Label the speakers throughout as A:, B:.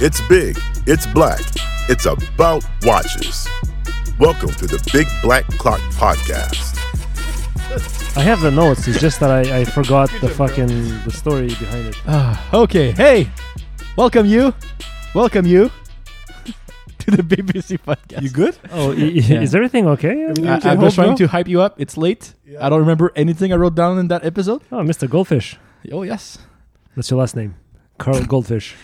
A: It's big, it's black, it's about watches. Welcome to the Big Black Clock Podcast.
B: I have the notes. It's just that I, I forgot the fucking the story behind it.
C: Oh, Okay, hey, welcome you, welcome you to the BBC podcast.
D: You good?
B: Oh, i- i- is everything okay?
D: mean,
C: I,
D: Okay,
C: am
D: hope
C: just trying
D: no.
C: to hype you up. It's late. I don't remember anything I wrote down in that episode.
B: Oh, Mr. Goldfish.
C: Oh yes,
B: That's your last name, Carl Goldfish.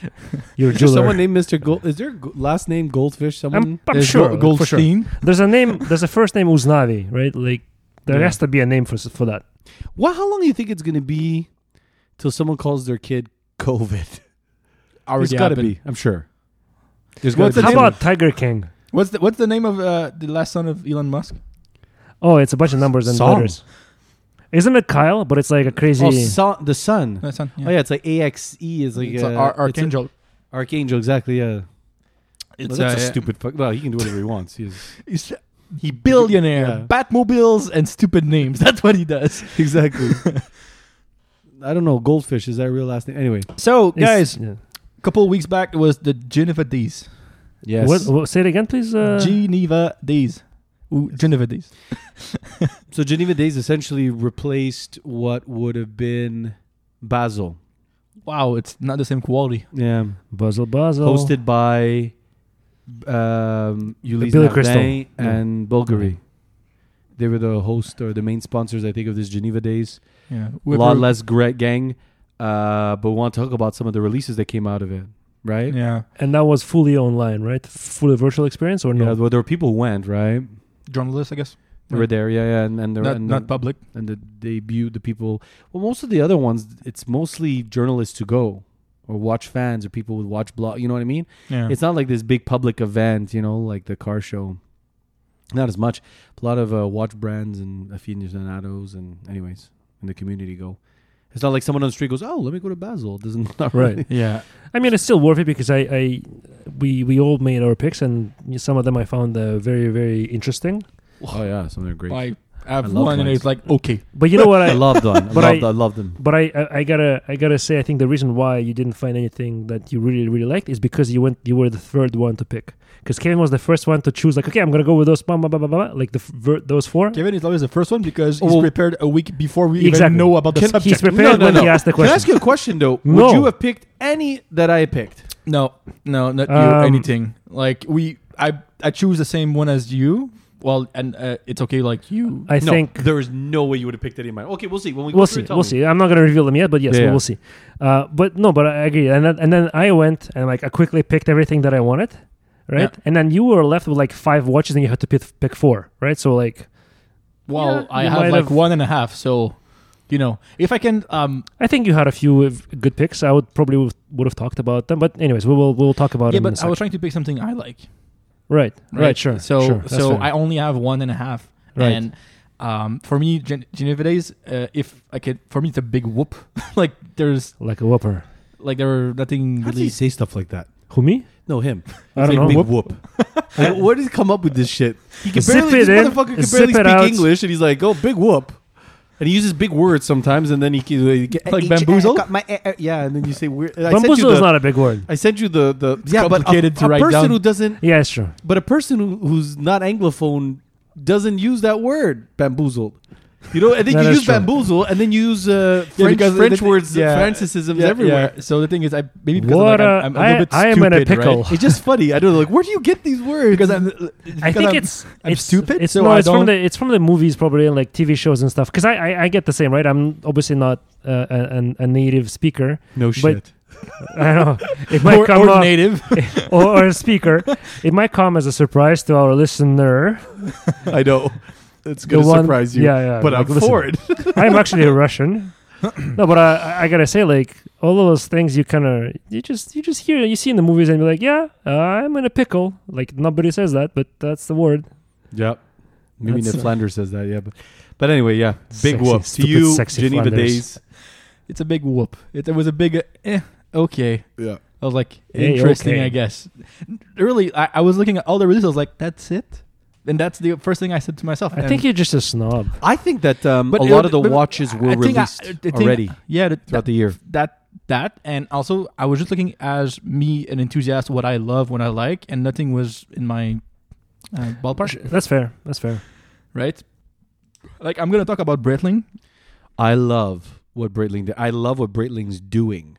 B: You're a
D: Is there
B: jeweler.
D: someone named Mr. Gold? Is there a go- last name Goldfish? Someone?
B: I'm, I'm
C: There's
B: sure.
C: Go-
B: for sure.
C: Goldstein.
B: There's a name. There's a first name Uznavi, right? Like there
D: Yeah.
B: has to be a name for s- for that.
D: Well, how long do you think it's going to be till someone calls their kid COVID?
C: Already
D: it's got to
C: happened.
D: be, I'm sure. There's
C: What's the
D: gotta
B: How
D: be
C: name
D: some-
B: about Tiger King?
C: What's the What's the name of uh, the last son of Elon Musk?
B: Oh, it's a bunch of numbers and
D: Song.
B: letters. Isn't it Kyle? But it's like a crazy.
D: Oh, son, the sun.
C: That son.
D: Oh yeah, it's like AXE is like
C: It's
D: uh,
C: a Ar-
D: it's a-
C: Archangel.
D: Archangel, exactly. Yeah,
C: It's,
D: well, that's a
C: uh,
D: stupid. Fuck. Well, he can do whatever he wants. He's
C: he's- He billionaire,
D: Yeah.
C: Batmobiles, and stupid names. That's what he does.
D: exactly. I don't know. Goldfish is that a real last name? Anyway,
C: So
B: It's-
C: guys,
B: yeah.
C: a couple weeks back it was the Geneva D's.
D: yes.
B: What, what- say it again, please. Uh,
C: Geneva D's. Ooh, Geneva D's.
D: So Geneva Days essentially replaced what would have been Basel.
C: Wow, it's not the same quality.
D: Yeah.
B: Buzzle, buzzle.
D: Hosted by um, Ulysses
B: Billy Crystal.
D: Nardin
B: Yeah.
D: and Bulgari. They were the host or the main sponsors, I think, of this Geneva Days.
C: Yeah,
D: A lot less great gang, uh, but we want to talk about some of the releases that came out of it, right?
C: Yeah,
B: And that was fully online, right? Fully virtual experience or no?
D: Yeah, well, there were people who went, right?
C: journalists, I guess.
D: They were there, yeah, yeah, and, and, there,
C: Not,
D: and
C: not public.
D: and the debut the people well most of the other ones it's mostly journalists to go or watch fans or people would watch blog you know what i mean
C: Yeah,
D: it's not like this big public event you know like the car show not as much a lot of uh, watch brands and affinis and ados and anyways in the community go it's not like someone on the street goes oh let me go to basel It doesn't not
B: Right.
D: really-
C: yeah.
B: I mean, it's still worth it because I, I we we all made our picks, and some of them I found uh, very very interesting.
D: oh yeah something great
C: I have
D: I love
C: one, and
D: lines.
C: it's like okay.
B: But you know what?
D: i
B: I
D: love them i
B: But
D: love
B: I-
D: i love them
B: but I, I I gotta I gotta say I think the reason why you didn't find anything that you really really liked is because you went you were the third one to pick because Kevin was the first one to choose like okay I'm gonna go with those blah blah blah blah, blah like the f- ver- those four.
C: Kevin is always the first one because
D: Oh,
C: he's prepared a week before we
B: Exactly.
C: even know about the
D: Can-
C: subject.
B: He's prepared when he asked the
D: Can I
B: question.
D: ask you a question though?
B: No.
D: Would you have picked any that I picked?
C: No, no, not
B: Um,
C: you. Anything like we? I I choose the same one as you. Well, and uh, it's okay. Like you,
B: I
D: no,
B: think
D: there is no way you would have picked any of mine. Okay, we'll see. When we go
B: we'll
D: through
B: see
D: it, tell
B: we'll
D: me.
B: see. I'm not gonna reveal them yet, but yes,
D: Yeah, yeah.
B: we'll see. Uh, but no, but I agree. And then, and then I went and like I quickly picked everything that I wanted, right? And then you were left with like five watches, and you had to pick pick four, right? So like.
C: well,
B: Yeah,
C: I
B: you
C: have
B: might
C: like
B: have-
C: one and a half. So, you know, if I can, um,
B: I think you had a few of good picks. I would probably would- would have talked about them, but anyways, we will we'll talk about
C: yeah.
B: them. in a
C: But I
B: sec.
C: was trying to pick something I like.
B: right, right, sure.
C: So,
B: sure, that's
C: so
B: fair.
C: I only have one and a half.
B: Right.
C: And um, for me, Gen- Geneva Days, uh, if I could, for me, it's a big whoop. like there's,
B: like a whopper.
C: like there were nothing
D: How does
C: really.
D: he say stuff like that?
B: Who me?
D: No, him.
B: I don't
D: He's
B: know.
D: like, Big whoop. Like, Where did he come up with this shit? He can
B: Zip
D: barely,
B: it
D: this
B: in,
D: motherfucker can
B: zip
D: barely
B: it
D: speak
B: out.
D: English, and he's like, "Oh, big whoop," and he uses big words sometimes, and then he can he get,
C: Like
D: "Each-
C: bamboozle?
D: I got my- eh, eh," yeah, and then you say weird. I sent you
B: Bamboozle
D: the,
B: is not a big word.
D: I sent you the the yeah, but a,
C: complicated to
D: a
C: write
D: person
C: down.
D: who doesn't,
B: Yeah, it's true.
D: but a person who, who's not anglophone doesn't use that word bamboozled. You know, and then
B: No,
D: you
B: that's
D: use
B: true.
D: bamboozle, and then you use uh,
C: Yeah,
D: French,
C: because
D: French
C: the-
D: words,
C: yeah.
D: Francisms
C: Yeah,
D: everywhere.
C: yeah. So the thing is, I maybe because
B: What
C: I'm, like,
B: a-
C: I'm, I'm a
B: I-
C: little bit
B: I am in
C: stupid,
B: a pickle.
C: Right?
D: It's just funny. I don't know, like where do you get these words?
C: Because I'm,
B: I
C: because
B: think
C: I'm-
B: it's
C: I'm
B: it's,
C: stupid,
B: It's
C: so
B: no,
C: I
B: it's from
C: don't-
B: the it's from the movies probably and like TV shows and stuff. Because I, I I get the same right. I'm obviously not uh, a, an- a native speaker.
D: no
B: shit. I don't know it might
C: or,
B: come
C: or
B: up-
C: native.
B: or, or a speaker. It might come as a surprise to our listener.
D: I know. It's
B: The
D: gonna
B: one-
D: surprise you.
B: yeah, yeah,
D: But
B: like,
D: I'm
B: listen.
D: for it.
B: I'm actually a Russian. No, but I, I gotta say, like all of those things, you kind of you just you just hear you see in the movies and be like, yeah, uh, I'm in a pickle. Like nobody says that, but that's the word.
D: Yep. Maybe
B: That's-
D: Ned Flanders says that, yeah. But, but anyway, yeah. Big
B: Sexy,
D: whoop. To
B: stupid,
D: you,
B: sexy
D: Geneva
B: Flanders.
D: Days.
C: It's a big whoop. It, it was a big uh, eh, okay.
A: Yeah.
C: I was like
B: Hey,
C: interesting,
B: okay.
C: I guess. Really, I, I was looking at all the releases. I was like, that's it. And that's the first thing I said to myself.
B: I think you're just a snob.
D: I think that um,
C: But
D: a
C: it-
D: lot of the
C: but
D: watches were
C: I think I-
D: released
C: I think-
D: already
C: yeah, that,
D: throughout
C: that,
D: the year.
C: that that and also I was just looking as me an enthusiast what I love what I like and nothing was in my uh, ballpark
B: That's fair. That's fair.
C: right like I'm gonna talk about Breitling
D: I love what Breitling did. I love what Breitling's doing,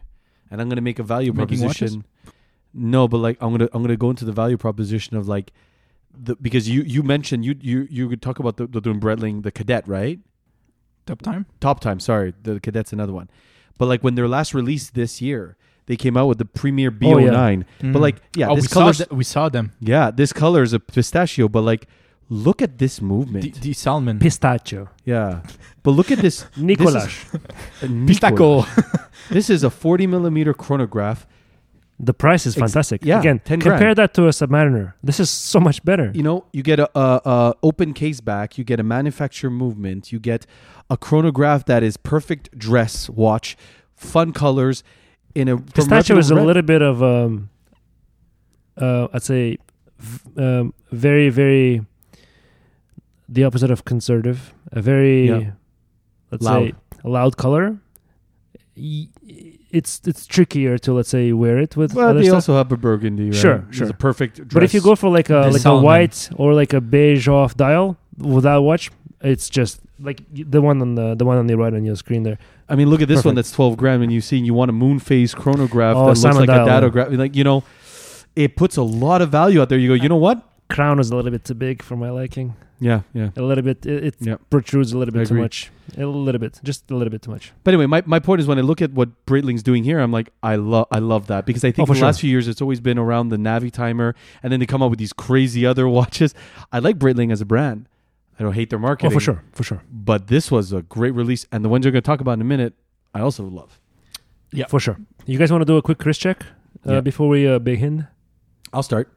D: and I'm gonna make a value
C: Making
D: proposition. No, but like I'm gonna I'm gonna go into the value proposition of like the because you you mentioned you you you could talk about the the, the Breitling the cadet right
C: top time
D: top time sorry the cadet's another one, but like when their last release this year they came out with the Premier B09,
B: Oh, yeah.
D: but like yeah
C: oh, we
D: this
C: saw,
D: color
C: th- we saw them
D: yeah this color is a pistachio but like look at this movement
C: the, the salmon
B: Pistachio.
D: yeah but look at this
B: Nicolas.
D: Pistaco. This is a 40 millimeter chronograph.
B: The price is
D: Ex-
B: fantastic.
D: yeah,
B: Again,
D: 10
B: compare
D: grand.
B: that to a Submariner. This is so much better.
D: You know, you get a, a, a open case back, you get a manufacturer movement, you get a chronograph that is perfect dress watch, fun colors in a from
B: Pistachio is a
D: reputable
B: little bit of, um, uh, I'd say, v- um, very, very, the opposite of conservative. A very,
D: Yeah.
B: let's
D: Loud.
B: say, a loud color. Y- It's it's trickier to let's say wear it with
D: brand. Well,
B: other
D: they
B: stuff.
D: also have a burgundy. Right?
B: Sure,
D: It's
B: sure.
D: a perfect dress.
B: But if you go for like a
C: The
B: like
C: Salmon.
B: a white or like a beige off dial without watch, it's just like y- the one on the the one on the right on your screen there.
D: I mean, look at this one
B: Perfect.
D: that's 12 grand, and you see, and you want a moon phase chronograph
B: Oh,
D: that looks
B: Simon
D: like
B: Dial, yeah.
D: a datograph. Like, you know, it puts a lot of value out there. You go, you know what?
B: Crown is a little bit too big for my liking.
D: Yeah, yeah.
B: A little bit it, it
D: Yep.
B: protrudes a little
D: I
B: bit too
D: agree. Oh,
B: much. A little bit, just a little bit too much.
D: But anyway, my, my point is when I look at what Breitling's doing here, I'm like, I love I love that because I
B: Oh,
D: think
B: for
D: the
B: sure.
D: last few years it's always been around the Navi timer, and then they come out with these crazy other watches. I like Breitling as a brand. I don't hate their marketing.
B: Oh, for sure,
D: But this was a great release, and the ones you're going to talk about in a minute, I also love.
C: Yeah.
B: for sure. You guys want to do a quick Chris check uh,
D: Yeah.
B: before we uh, begin?
D: I'll start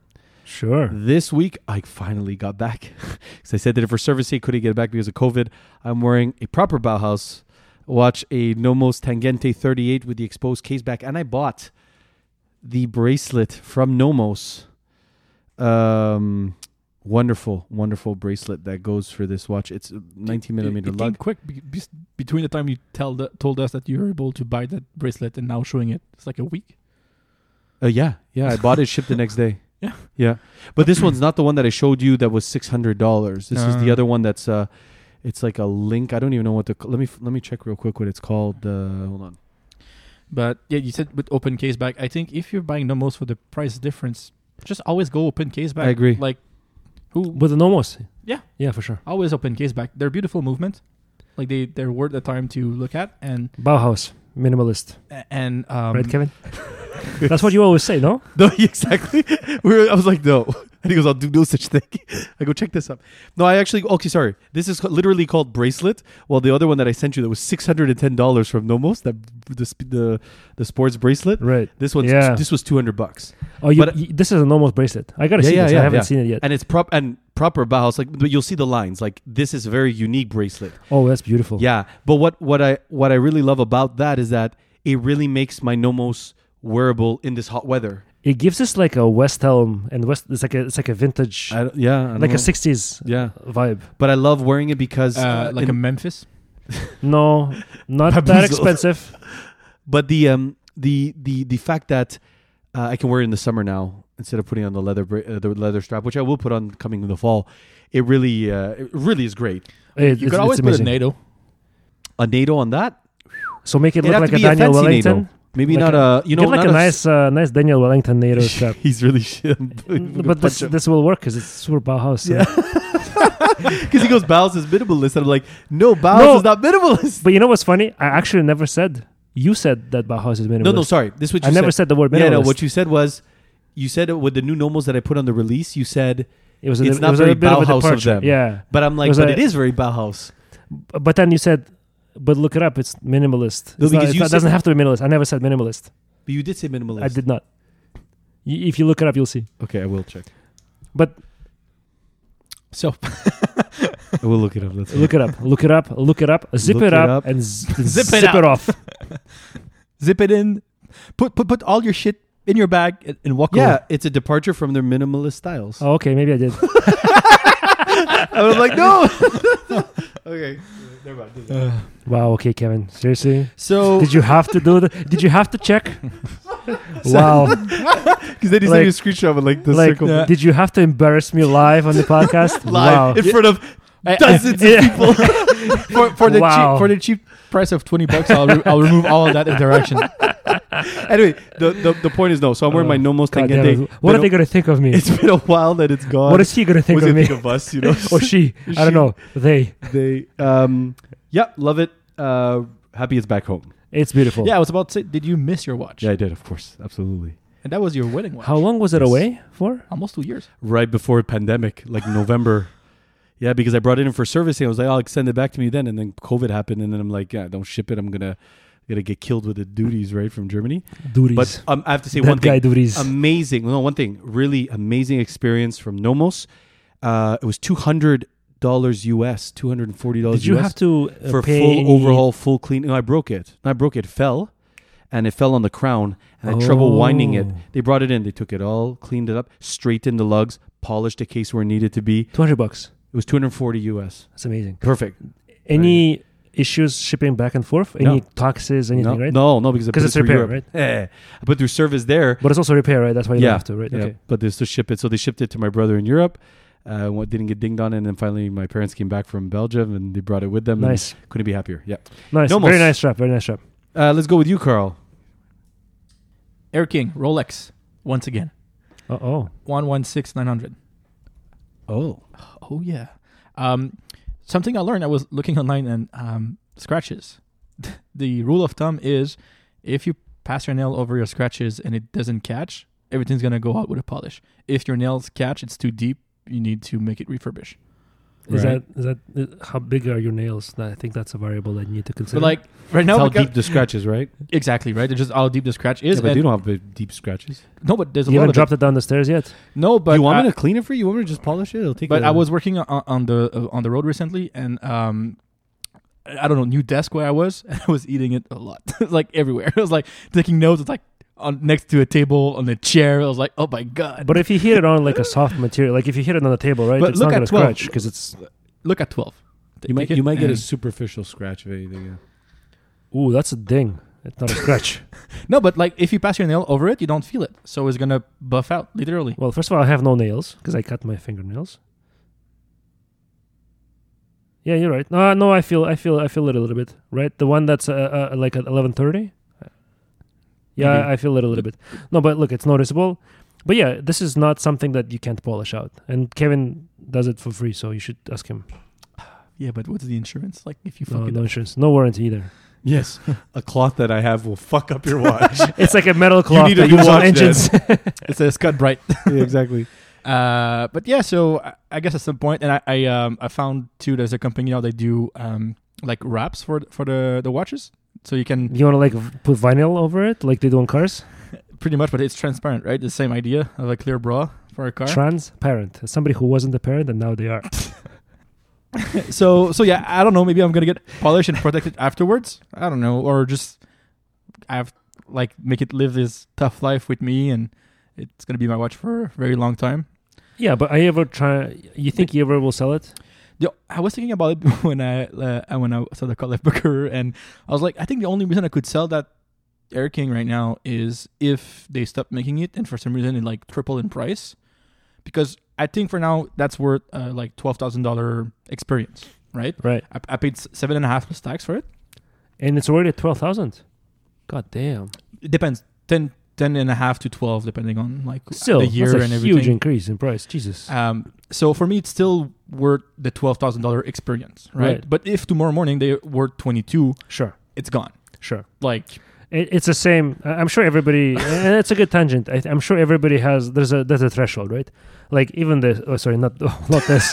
B: Sure.
D: this week. I finally got back because I said that if for service sake couldn't get it back because of COVID, I'm wearing a proper Bauhaus watch, a Nomos Tangente 38 with the exposed case back, and I bought the bracelet from Nomos. Um, wonderful, wonderful bracelet that goes for this watch. It's 19 millimeter
C: it, it
D: lug.
C: came quick be- be- between the time you tell the, told us that you were able to buy that bracelet and now showing it it's like a week
D: Uh, yeah, yeah. I bought it shipped the next day.
C: Yeah.
D: yeah. But this one's not the one that I showed you that was six hundred dollars. This is the
C: No.
D: other one that's uh, it's like a link. I don't even know what the let me let me check real quick what it's called. Uh, hold on.
C: But yeah, you said with open case back. I think if you're buying Nomos for the price difference, just always go open case back.
D: I agree.
C: Like, who?
B: With the nomos.
C: Yeah.
B: Yeah, for sure.
C: Always open case back. They're beautiful movement. Like they they're worth the time to look at and
B: Bauhaus, minimalist,
C: and um,
B: right, Kevin? That's what you always say, no?
D: No, exactly. We were, I was like, no. And he goes, I'll do no such thing. I go check this up. No, I actually okay. Sorry, this is ca- literally called bracelet. While the other one that I sent you that was six hundred and ten dollars from Nomos, that the sp- the the sports bracelet.
B: Right.
D: This one's
B: Yeah.
D: this was two hundred bucks.
B: Oh, you,
D: But- uh,
B: you- this is a nomos bracelet. I gotta
D: Yeah,
B: see
D: yeah,
B: this.
D: yeah,
B: I haven't
D: yeah.
B: seen it yet.
D: and it's prop and proper Bauhaus. Like but you'll see the lines. Like this is a very unique bracelet.
B: Oh, that's beautiful.
D: Yeah, but what what I what I really love about that is that it really makes my Nomos wearable in this hot weather.
B: It gives us like a West Elm and West. It's like a it's like a vintage,
D: I, don't- yeah, I don't
B: like
D: know.
B: a '60s
D: Yeah,
B: vibe.
D: but I love wearing it because
C: uh, like a
D: in-
C: Memphis.
B: No, not
D: Baboozle.
B: that expensive.
D: but the um the the the fact that uh, I can wear it in the summer now instead of putting on the leather bra- uh, the leather strap, which I will put on coming in the fall. It really uh, it really is great.
B: It,
C: You
B: it's,
C: could always
B: it's
C: put a
B: amazing.
C: NATO.
D: A NATO on that,
B: so make it
D: It'd
B: look
D: have
B: like
D: to
B: a
D: be a
B: Daniel
D: fancy
B: Wellington.
D: NATO. maybe
B: Like
D: not a, you know
B: Get like
D: not
B: a nice,
D: s-
B: uh, nice Daniel Wellington NATO strap.
D: He's really shit.
B: but this, this will work because it's super Bauhaus. so-
D: Yeah. because he goes, Bowles is minimalist, and I'm like, no, Bowles
B: No.
D: is not minimalist.
B: But you know what's funny? I actually never said. You said that Bauhaus is minimalist.
D: No, no, sorry. This is what you
B: I never
D: said.
B: said the word minimalist.
D: yeah, no. What you said was, you said with the new normals that I put on the release, you said,
B: it was a,
D: it's
B: it
D: not
B: was
D: very
B: a bit of a
D: Bauhaus of
B: departure.
D: them.
B: Yeah,
D: but I'm like,
B: Was
D: but
B: I-
D: it is very Bauhaus.
B: B- but then you said, but look it up. It's minimalist.
D: No,
B: It's not-
D: because
B: it's
D: you
B: not-
D: said-
B: it doesn't have to be minimalist. I never said minimalist.
D: But you did say minimalist.
B: I did not. Y- If you look it up, you'll see.
D: Okay, I will check.
B: But
C: So
D: I will look it up. Let's
B: look it up, look it up, look it up, zip
D: Look
B: it
D: it
B: up,
D: up.
B: and z-
C: Zip
B: zip,
C: it up.
B: it off.
C: zip it in. Put put put all your shit in your bag and, and walk
D: Yeah, Oh,
C: away.
D: it's a departure from their minimalist styles.
B: Oh, okay, maybe I did.
D: I was like, no. okay, never mind. Doesn't matter.
B: Wow. Okay, Kevin. Seriously,
D: So,
B: did you have to do that? Did you have to check? wow.
D: because then he
B: like-
D: sent me a screenshot with like the
B: Like,
D: circle
C: Yeah.
B: did you have to embarrass me live on the podcast?
D: live
B: wow.
D: in front of dozens of
B: Yeah.
D: people.
C: for, for the
B: Wow.
C: cheap for the cheap price of twenty bucks, I'll, re- I'll remove all of that interaction.
D: anyway, the, the the point is no. So I'm wearing
B: Oh,
D: my nomos
B: God
D: tangente.
B: damn it. What are
D: Been
B: they
D: a-
B: gonna think of me?
D: It's been a while that it's gone.
B: What is he gonna think
D: What do
B: of me?
D: you
B: Oh,
D: think of us? You know,
B: or she? I
D: She.
B: don't know. They.
D: they um, yeah, love it. Uh, happy it's back home.
B: It's beautiful.
C: Yeah, I was about to say, did you miss your watch?
D: Yeah, I did, of course, absolutely.
C: And that was your wedding watch.
B: How long was it
D: Yes.
B: away for?
C: Almost two years.
D: right before pandemic, like November. Yeah, because I brought it in for servicing. I was like, I'll send it back to me then. And then COVID happened, and then I'm like, yeah, don't ship it. I'm gonna gonna get killed with the duties right from Germany.
B: Duties.
D: But um, I have to say
B: that
D: one
B: guy
D: thing:
B: duties.
D: amazing. No, one thing, really amazing experience from Nomos. Uh, it was two hundred dollars US, two hundred and forty dollars.
B: Did you
D: US
B: have to uh,
D: for
B: pay
D: full
B: any-
D: overhaul, full clean. No, I broke it. I broke it. Fell, and it fell on the crown, and I had trouble winding it.
B: Oh.
D: They brought it in. They took it all, cleaned it up, straightened the lugs, polished the case where it needed to be.
B: 200 bucks.
D: It was 240 US.
B: That's amazing.
D: Perfect.
B: Any issues shipping back and forth? Any
D: No.
B: taxes? Anything?
D: no,
B: Right.
D: no, no, because I
B: 'Cause
D: put
B: it's
D: it through
B: repair,
D: Europe. Eh. I put through service there.
B: But it's also repair, right? That's why you
D: yeah,
B: don't have to, right?
D: yeah.
B: Okay.
D: But they still ship it. So they shipped it to my brother in Europe. Uh, what didn't get dinged on, and then finally my parents came back from Belgium and they brought it with them. and
B: Nice,
D: couldn't be happier. Yeah.
B: nice,
D: Nomos.
B: very nice trap, very nice trap.
D: Uh, let's go with you, Carl.
C: Air King, Rolex, once again.
B: Uh oh,
C: 116900.
D: Oh,
C: Oh, yeah. Um, something I learned, I was looking online and um, scratches. the rule of thumb is if you pass your nail over your scratches and it doesn't catch, everything's going to go out with a polish. If your nails catch, it's too deep, you need to make it refurbish.
B: is
D: Right.
B: that is that uh, how big are your nails? I think that's a variable that you need to consider.
C: But like right now,
D: that's how
C: we got-
D: deep the scratch is, right?
C: exactly right. It's just how deep the scratch is.
D: Yeah, but
C: and-
D: you don't have the deep scratches.
C: no, but there's a
B: you
C: lot
B: haven't
C: of
B: dropped it. down the stairs yet.
C: it. No, but
D: you want
C: I-
D: me to clean it for you? You want me to just polish it? It'll take.
C: but
D: I
C: I was working on, on the uh, on the road recently, and um, I don't know, new desk where I was, and I was eating it a lot, like everywhere. I was like taking notes, it's like on next to a table on a chair. I was like, oh my god.
B: But if you hit it on like a soft material, like if you hit it on the table, right,
C: But
B: it's
C: look
B: not
C: at
B: gonna
C: 12.
B: scratch because it's
C: look at twelve. T-
D: You might
C: take it
D: you might get
C: and-
D: a superficial scratch if anything.
B: ooh, that's a ding. It's not a scratch.
C: no, but like if you pass your nail over it, you don't feel it, so it's gonna buff out literally.
B: well, first of all, I have no nails because I cut my fingernails. Yeah, you're right. No, no, I feel, I feel, I feel it a little bit. Right, the one that's uh, uh, like at eleven thirty. Yeah,
C: Maybe.
B: I feel it a little bit. No, but look, it's noticeable. But yeah, this is not something that you can't polish out, and Kevin does it for free, so you should ask him.
C: Yeah, but what's the insurance like if you fuck
B: No,
C: it
B: no
C: up?
B: insurance, no warranty either.
D: Yes, a cloth that I have will fuck up your watch.
B: It's like a metal cloth
D: need a
B: that
D: new
B: you use on
D: watch then.
B: engines.
C: It's a Scott Bright.
D: exactly.
C: Uh, but yeah, so I, I guess at some point, and I, I um I found too there's a company now they do um like wraps for for the the watches, so you can
B: you want to like v- put vinyl over it, like they do on cars.
C: pretty much, but it's transparent, right? The same idea of a clear bra for a car.
B: Transparent, somebody who wasn't a parent and now they are.
C: so so yeah, I don't know. Maybe I'm gonna get polished and protected afterwards. I don't know, or just I have like make it live this tough life with me, and it's gonna be my watch for a very long time.
B: Yeah, but I ever try? You think you ever will sell it?
C: Yo, I was thinking about it when I uh, when I saw the Call of Booker, and I was like, I think the only reason I could sell that Air King right now is if they stop making it, and for some reason it like triple in price, because I think for now that's worth uh, like twelve thousand dollar experience, right?
B: Right,
C: I, I paid s- seven and a half plus tax for it.
B: and it's already at twelve thousand. God damn!
C: It depends, 10, 10 and a half to twelve, depending on like
B: Still,
C: the year
B: that's a
C: and everything.
B: huge increase in price. Jesus.
C: Um, so for me, it's still worth the twelve thousand dollar experience, right?
B: Right.
C: But if tomorrow morning they were twenty two,
B: sure,
C: it's gone.
B: sure.
C: Like
B: It, it's the same. I- I'm sure everybody, and it's a good tangent. I, th- I'm sure everybody has. There's a there's a threshold, right? Like even this. Oh, sorry, not not this.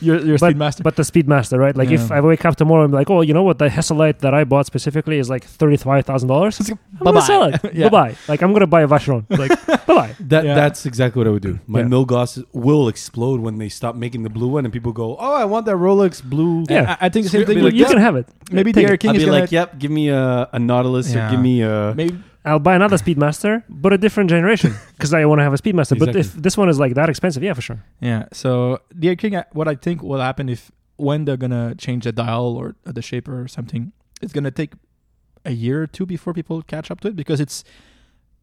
C: you're, you're
B: but,
C: Speedmaster.
B: But the Speedmaster, right? Like if
C: Yeah.
B: I wake up tomorrow, I'm like, oh, you know what? The Hesselite that I bought specifically is like thirty five thousand dollars. I'm
C: Bye-bye.
B: gonna sell it.
C: Yeah.
B: Bye bye. Like I'm gonna buy a Vacheron. Like bye bye.
D: That
C: Yeah.
D: that's exactly what I would do. My
B: Yeah.
D: Milgauss will explode when they stop making the blue one, and people go, "Oh, I want that Rolex blue."
C: yeah, I, I think the same
D: It'd be
C: thing.
D: like,
C: Like,
B: You
D: yeah.
B: can have it.
C: maybe the
B: Take
C: Air
B: it.
C: King
D: I'd
C: is
D: be
C: gonna
D: like, "Yep, give me a, a Nautilus
C: Yeah.
D: Or give me a.
C: Maybe
B: I'll buy another Speedmaster, but a different generation, because I want to have a Speedmaster. But
D: Exactly.
B: if this one is like that expensive, yeah, for sure.
C: yeah. So the Air King, I- what I think will happen if when they're gonna change the dial or the shape or something, it's gonna take a year or two before people catch up to it because it's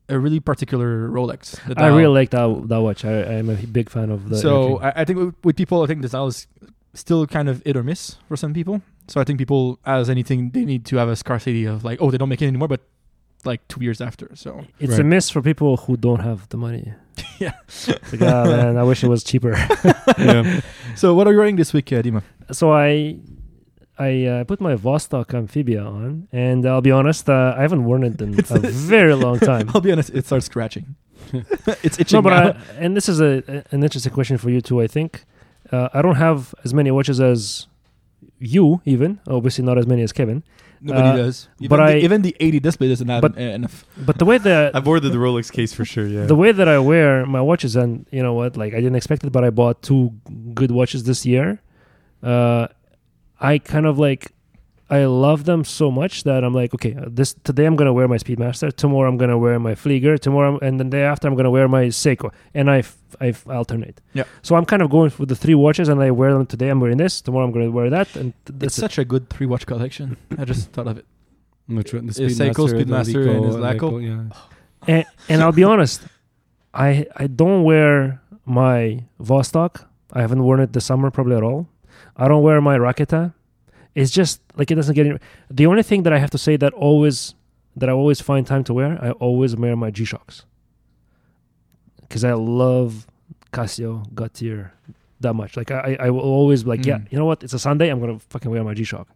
C: a really particular Rolex. the
B: I
C: dial.
B: really like that that watch. I, I'm a big fan of the.
C: so
B: Air
C: I, I think with- with people, I think the style is still kind of hit or miss for some people. So I think people, as anything, they need to have a scarcity of like, oh, they don't make it anymore, but like two years after. So
B: King. it's a
D: Right.
B: miss for people who don't have the money.
C: Yeah.
B: It's like, ah, man, I wish it was cheaper.
D: yeah.
C: so what are you wearing this week, uh, Dima?
B: so I I uh, put my Vostok amphibia on, and I'll be honest, uh, I haven't worn it in a very long time.
C: I'll be honest, it starts scratching. it's itching.
B: No, but
C: now.
B: I, and this is a, a- an interesting question for you too. I think uh, I don't have as many watches as you, even obviously not as many as Kevin.
C: Nobody
B: uh,
C: does. Even,
B: but
C: the,
B: I-
C: even the 80 display doesn't have
B: But-
C: en- enough.
B: But the way that
D: I've ordered the Rolex case for sure. Yeah.
B: the way that I wear my watches, and you know what, like I didn't expect it, but I bought two good watches this year. Uh, I kind of like, I love them so much that I'm like, okay, uh, this today I'm gonna wear my Speedmaster, tomorrow I'm gonna wear my Flieger, tomorrow, and then day after I'm gonna wear my Seiko, and I f- I f- alternate.
C: Yeah.
B: So I'm kind of going for the three watches, and I wear them today. I'm wearing this, tomorrow I'm gonna wear that, and th-
C: It's
B: that's it.
C: such a good three watch collection. I just thought of it.
D: Which one? The
C: Is Seiko, Speedmaster, and is Laco?
D: Yeah.
B: and, and I'll be honest, I I don't wear my Vostok. I haven't worn it this summer probably at all. I don't wear my Raketa. It's just like it doesn't get any. The only thing that I have to say that always that I always find time to wear, I always wear my G Shocks because I love Casio Gautier that much. Like I I I will always be like yeah
C: Mm.
B: you know what it's a Sunday I'm gonna fucking wear my G Shock,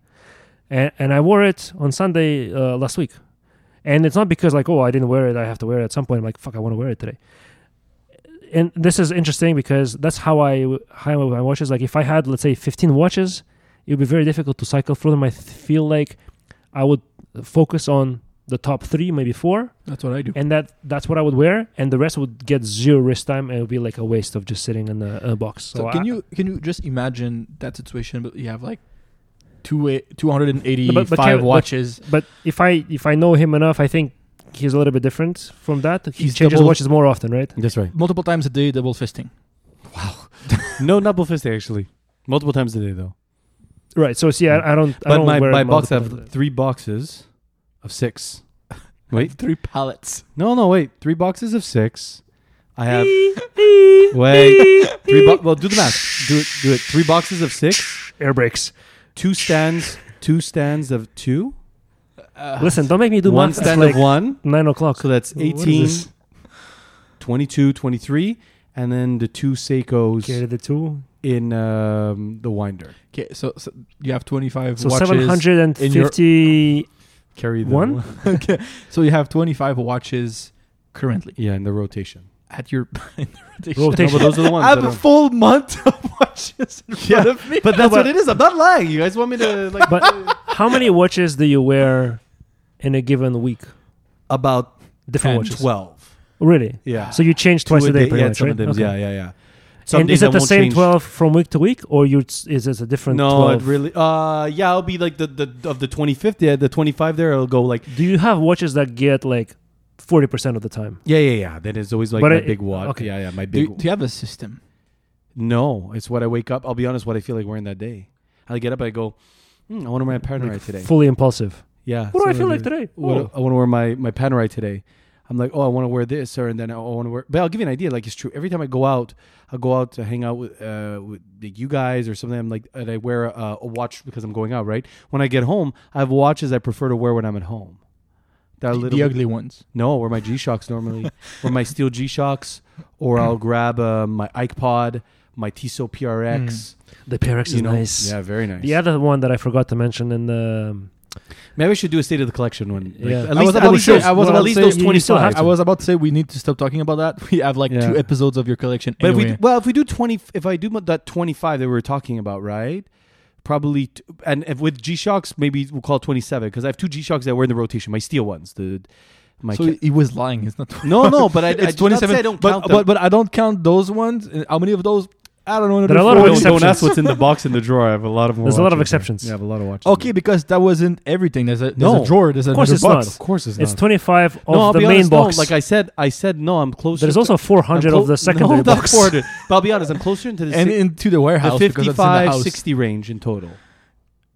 B: and and I wore it on Sunday uh, last week. And it's not because like, oh, I didn't wear it. I have to wear it at some point. I'm like, fuck, I want to wear it today. And this is interesting because that's how I w- how my watches. Like, if I had let's say 15 watches, it would be very difficult to cycle through them. I th- feel like I would focus on the top three, maybe four,
C: That's what I do.
B: and that that's what I would wear, and the rest would get zero rest time, and it would be like a waste of just sitting in a, a box.
C: So,
B: So, I-
C: can you can you just imagine that situation? But you have like two two hundred and eighty
B: But- but Kev-
C: five
B: but-
C: watches.
B: But if I if I know him enough, I think he's a little bit different from that. He
C: He's
B: changes
C: double-
B: watches more often, right?
D: That's right.
C: Multiple times a day, double fisting.
D: No, not Buffet actually. Multiple times a day though.
B: Right. So see, I, I don't. I
D: But
B: don't
D: my
B: wear
D: my
B: them
D: box I
B: all the time.
D: have three boxes of six. Wait.
C: Three pallets.
D: No, no, wait. Three boxes of six. I have. wait. Three. Bo- well, do the math. Do it. Do it. Three boxes of six.
B: air brakes.
D: Two stands. Two stands of two.
C: Uh,
B: Listen, don't make me do
D: one
B: math. It's
D: stand
B: like
D: of one.
B: Nine o'clock.
D: So that's
B: What is
D: 18,
B: this?
D: 22, 23. And then the two Seikos
B: Carry the two.
D: in um, the winder.
C: Okay, so, so you have 25
B: So
C: watches.
B: seven hundred and fifty.
D: Carry the
B: One?
C: okay. So you have 25 watches currently
D: Yeah, in the rotation.
C: at your in the rotation.
D: No,
B: Rotation.
D: but those are the ones.
C: I have
D: that
C: a
D: are-
C: full month of watches in front
D: Yeah.
C: of me.
D: but that's
B: but-
D: what it is. I'm not lying. You guys want me to like
B: But how many watches do you wear in a given week?
D: about
B: Different
C: And
B: watches.
D: twelve.
B: Really?
D: Yeah.
B: So you change twice a day, pretty
D: yeah,
B: much,
D: some
B: right?
D: of them,
B: Okay.
D: yeah, yeah, yeah.
B: and is it the same twelve from week to week, or you is it a different?
D: No,
B: 12?
D: it really. Uh, yeah, I'll be like the, the of the twenty fifth. Yeah, the twenty five there. It'll go like
B: Do you have watches that get like forty percent of the time?
D: yeah, yeah, yeah. That is always like
B: But
D: my
B: it-
D: big watch.
B: okay.
D: Yeah, yeah, my
C: Do,
D: big.
C: you- do you have a system?
D: no, it's what I wake up. I'll be honest. What I feel like wearing that day. I get up. I go. Hmm, I want to wear my Panerai
B: Like,
D: today.
B: Fully impulsive.
D: yeah.
B: What do I
D: something
B: feel like
D: that.
B: today?
D: What
B: Oh.
D: I want to wear my my Panerai today. I'm like, oh, I want to wear this, or and then I want to wear. But I'll give you an idea. Like it's true. Every time I go out, I go out to hang out with uh with like, you guys or something. I'm like, and I wear a, a watch because I'm going out. Right. When I get home, I have watches I prefer to wear when I'm at home. That are a
C: The,
D: little bit-
C: ugly ones.
D: No, or my G Shocks normally, or my steel G Shocks, or I'll grab uh, my Ike Pod, my Tissot
C: Mm.
D: PRX.
B: The PRX is
D: You know,
B: nice.
D: yeah, very nice.
B: The other one that I forgot to mention in the
D: Maybe I should do a state of the collection one. Like,
B: Yeah.
D: at
B: I
D: least,
C: was
D: at
C: about
D: least
C: to say-
D: those,
C: I was
D: well,
C: about
D: at
C: to
D: least
C: say
D: those
B: you
D: twenty
B: still have
D: five.
B: to-
C: I was about to say we need to stop talking about that. We have like
D: Yeah.
C: two episodes of your collection.
D: But
C: anyway.
D: if we well, if we do twenty, if I do mo- that twenty five that we were talking about, right? Probably, t- and if with G Shocks, maybe we'll call twenty seven because I have two G Shocks that were in the rotation. My steel ones, the my
C: so
D: ca-
C: he was lying. It's not.
D: no, no, but I, I
C: it's
D: did not say I don't
C: but,
D: count them.
C: but but I don't count those ones. Uh, How many of those? I don't know.
B: There are a lot of
D: don't,
B: exceptions.
D: don't ask what's in the box in the drawer. I have a lot of more.
B: There's a lot of
D: watches there.
B: exceptions.
D: Yeah, I have a lot of watches.
C: Okay, because that wasn't everything. There's a, there's
D: No.
C: a drawer. There's
B: Of course
C: another
B: it's
C: box.
B: not.
D: of course it's not.
B: It's 25 of
D: no, I'll
B: the
D: be
B: main
D: honest,
B: box.
D: No, like I said, I said no. I'm closer.
B: There's
D: to-
B: also 400
D: I'm clo-
B: of the secondary
D: no, not
B: box.
D: 400. but I'll be honest. I'm closer into the,
C: And
D: si-
C: into the
D: the
C: warehouse. because that's in the
D: 55,
C: house.
D: 60 range in total.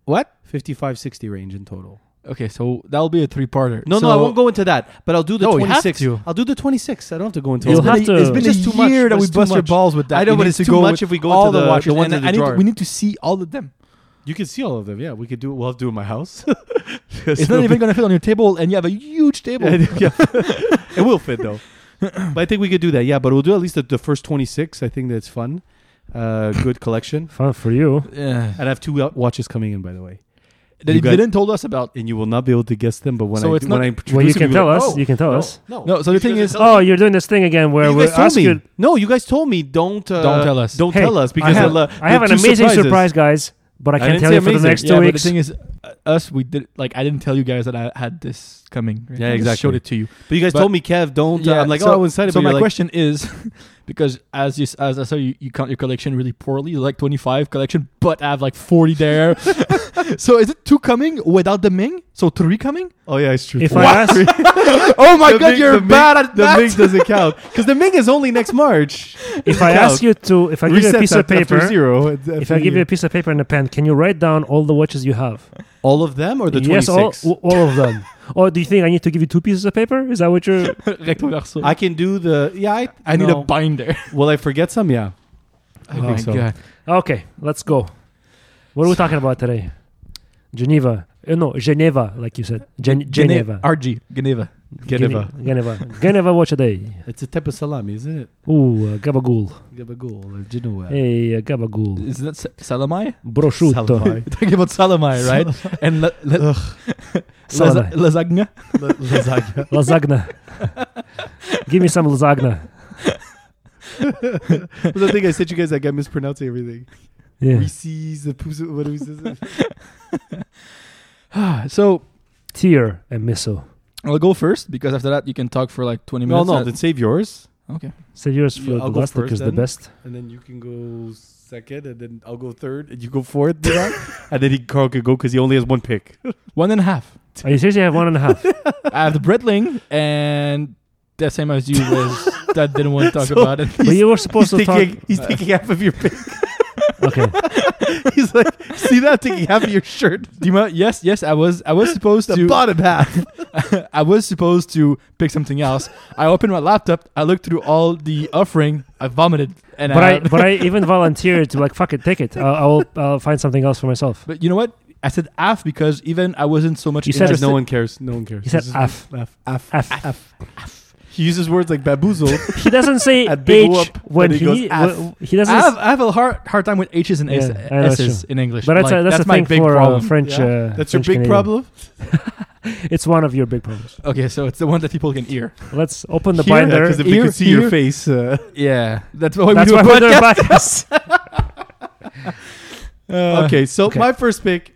C: What?
D: 55, 60 range in total.
C: Okay, so that'll be a three-parter.
D: No,
C: so
D: no, I won't go into that. But I'll do the
C: No, you have
D: 26.
C: to.
D: I'll do the 26. I don't have to go into.
B: You'll
D: all
B: have
D: that.
C: It's been a-
B: to-
C: It's been
D: It's
C: a
D: too much.
C: year that
D: It's
C: we
D: too
C: bust your
D: much.
C: balls with that.
D: I know,
C: You
D: but
C: need
D: it's
C: to
D: too
C: go
D: much
C: with
D: if we go
C: all
D: into
C: the
D: the-
C: watches.
D: the ones
C: and
D: in the
C: I need to-
D: drawer.
C: we need to see all of them.
D: You can see all of them. Yeah, we could do. We'll have to do it in my house.
C: It's not even gonna fit on your table, and you have a huge table.
D: Yeah, it will fit though. But I think we could do that. Yeah, but we'll do at least the, the first 26. I think that's fun. Uh, good collection.
B: Fun for you.
C: Yeah.
D: And I have two wa- watches coming in, by the way.
C: That
D: You
C: you
D: got-
C: didn't told us about.
D: And you will not be able to guess them. But when
C: So
D: I
C: it's
D: do- when
C: not-
D: I
B: Well,
D: introduce
B: you can
D: them, you'll
B: tell
D: be
B: us.
D: like,
B: you can tell
D: "Oh,
B: us.
D: No,
C: No, so the thing is-
D: guys tell
B: Oh, you're doing this thing again where
D: You
B: we
D: guys told
B: ask
D: me.
B: you.
D: No, you guys told me don't uh,
C: Don't tell us.
D: Don't
B: Hey,
D: tell us because
B: I have,
D: I'll, uh,
B: I have an
D: two
B: amazing
D: surprises.
B: surprise, guys, but I
D: I
B: can't
D: didn't
B: tell
D: say
B: you for the
D: amazing.
B: next
C: yeah,
B: two
C: but the
B: weeks.
C: thing is, uh, us we did like I didn't tell you guys that I had this coming. right?
D: Yeah,
C: I just
D: exactly.
C: Showed it to you.
D: But you guys
C: But-
D: told me, Kev, don't. uh, I'm like,
C: so,
D: oh, I was excited.
C: So
D: but
C: my
D: you're like,
C: question is, because as you s- as I saw you, you count your collection really poorly. You like 25 collection, but I have like 40 there. so is it two coming without the Ming? So three coming?
D: oh yeah, it's true.
B: if I ask,
C: Oh my
D: The
C: god,
D: Ming-
C: you're
D: the Ming-
C: bad at
D: the
C: that.
D: Ming doesn't count because the Ming is only next March.
B: if I ask you to, if I give you a
D: Resets
B: piece of
D: after- after
B: paper,
D: zero.
B: if I give you a piece of paper and a pen, can you write down all the watches you have?
D: all of them or the
B: yes,
D: 26?
B: all, w- all of them. or do you think I need to give you two pieces of paper? Is that what you're?
C: Recto verso.
D: I can do the yeah. I,
C: I need
D: no.
C: a binder.
D: Will I forget some? Yeah.
C: I
B: think
D: so.
B: Okay, let's go. What are we talking about today? Geneva. Uh, no, Geneva, like you said. Gen- Geneva.
C: RG. Geneva.
D: Ah, Geneva.
B: Gene- Geneva. Geneva watch a day.
D: uh, It's a type of salami, isn't it?
B: Ooh, uh, gabagool.
D: Gabagool, uh, Genoa.
B: Hey, uh, gabagool.
C: Is that Sa- Salamai?
B: Prosciutto.
D: Salami.
C: We're talking about Salamai, right? and la- la-
B: Salami.
C: lasa- lasagna.
D: La- lasagna.
B: Lasagna. Give me some lasagna.
D: But the thing I said to you guys, like, I mispronounced everything.
B: Yeah.
D: Reese's, the Puzo, what is this?
B: Ah,
C: So
B: Tear and miso.
C: I'll go first because after that you can talk for like 20
D: No,
C: minutes.
D: no,
C: Uh,
D: then save yours.
C: okay.
B: Save yours for
D: Yeah, I'll
B: the
D: go
B: last
D: first
B: because the
D: then.
B: best.
D: And then you can go second, and then I'll go third, and you go fourth, you know? and then he, Carl can go because he only has one pick.
C: One and a half.
B: Are Oh, you seriously have one and a half?
C: I have the Breadling and the same as you was that didn't want to talk
D: So-
C: about it.
B: but you were supposed
D: He's
B: to
D: taking,
B: talk.
D: he's taking half of your pick.
B: Okay.
D: He's like, see that? Taking half of your shirt.
C: Dima, yes, yes, I was I was supposed
D: The
C: to
D: bottom half.
C: I was supposed to pick something else. I opened my laptop, I looked through all the offering, I vomited and
B: But
C: I,
B: I, but I even volunteered to like, fuck it, take it. I'll, I'll, I'll find something else for myself.
C: But you know what? I said half because even I wasn't so much
B: You said
C: interested.
D: no one cares. No one cares.
B: He said
D: This is-
B: af.
D: F. F.
B: Af.
D: He uses words like baboozle.
B: He doesn't say
D: At
B: H
D: Big Whoop,
B: when
D: and
B: he
D: he goes
B: he,
D: af.
B: wh- he doesn't.
C: I
B: s-
C: have, I have a hard hard time with H's and A's,
B: Yeah, I know, that's
C: S's in English.
B: but that's
C: Like,
B: a, that's, a
C: my
B: thing
C: big
B: for uh,
C: problem.
B: French.
D: Yeah.
B: Uh,
D: That's your
B: French Canadian.
D: big problem.
B: It's one of your big problems.
C: Okay, so it's the one that people can hear.
B: Let's open the
D: Here,
B: binder.
D: 'cause if they
C: Here,
D: could see your
C: here.
D: face. Uh,
C: Yeah, that's why we
B: That's
C: do
B: why
C: a
B: we're doing
C: podcast.
B: podcast.
C: Uh,
D: okay, so
B: okay.
D: my first pick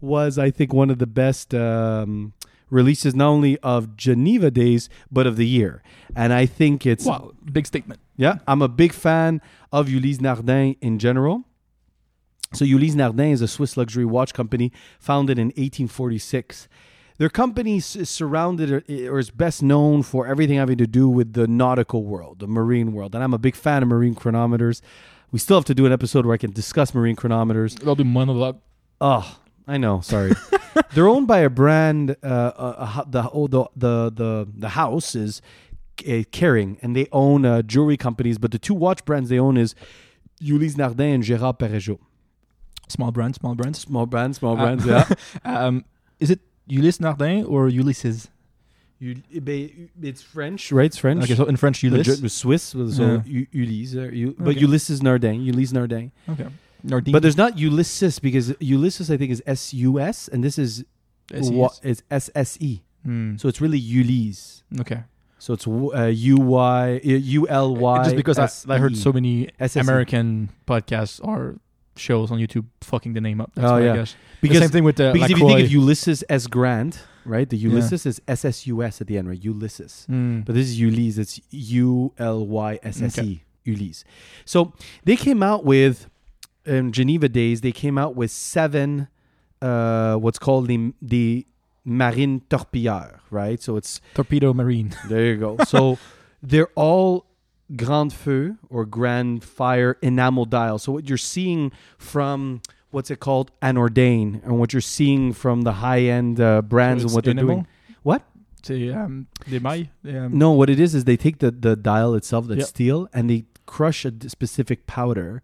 D: was, I think, one of the best um, releases, not only of Geneva Days, but of the year. And I think it's,
C: Wow, big statement.
D: yeah, I'm a big fan of Ulysse Nardin in general. So Ulysse Nardin is a Swiss luxury watch company founded in 1846. Their company s- is surrounded or, or is best known for everything having to do with the nautical world, the marine world. And I'm a big fan of marine chronometers. We still have to do an episode where I can discuss marine chronometers.
C: It'll be monologue.
D: Oh, I know. Sorry. They're owned by a brand. Uh, uh, a hu- the, oh, the the the the house is uh, Kering, and they own uh, jewelry companies. But the two watch brands they own is Ulysse Nardin and Gérard Perregaux.
C: Small brand, small brands.
D: Small brands, small
C: Uh,
D: brands. Yeah.
C: um, is it Ulysse Nardin or Ulysses?
D: You, eh, ben, it's French, right? It's French.
C: Okay, so in French,
D: But
C: Ulysse.
D: ju- Swiss, so
C: Yeah.
D: U- Ulysse, uh, U- but
C: Okay.
D: Ulysses Nardin, Ulysse Nardin.
C: Okay, Nardin.
D: But there's not Ulysses because Ulysses, I think, is S U S, and this is
C: S-E-S.
D: wa- is S S E.
C: Hmm,
D: So it's really Ulysse.
C: Okay,
D: So it's w- uh, U Y U L Y.
C: just because
D: S
C: I, I heard
D: E.
C: so many
D: SSE.
C: American podcasts or shows on YouTube fucking the name up. That's
D: Oh,
C: why
D: yeah.
C: I guess.
D: Because,
C: the same thing with the
D: because if you think of
C: Lacroix.
D: Ulysses S. Grant, right? The Ulysses is S S U S at the end, right? Ulysses.
C: Hmm.
D: But this is Ulysses. It's U L Y S S E. Ulysse. So they came out with in Geneva days. They came out with seven uh, what's called the the marine torpilleurs, right? So it's
C: Torpedo Marine.
D: there you go. So they're all grand feu or grand fire enamel dial. So what you're seeing from what's it called Anordain and what you're seeing from the high end uh, brands
C: So
D: and
C: it's
D: what they're
C: enamel?
D: doing. What?
C: C'est um, des mailles. Um,
D: No, what it is is they take the the dial itself, that
C: Yeah.
D: steel, and they crush a d- specific powder,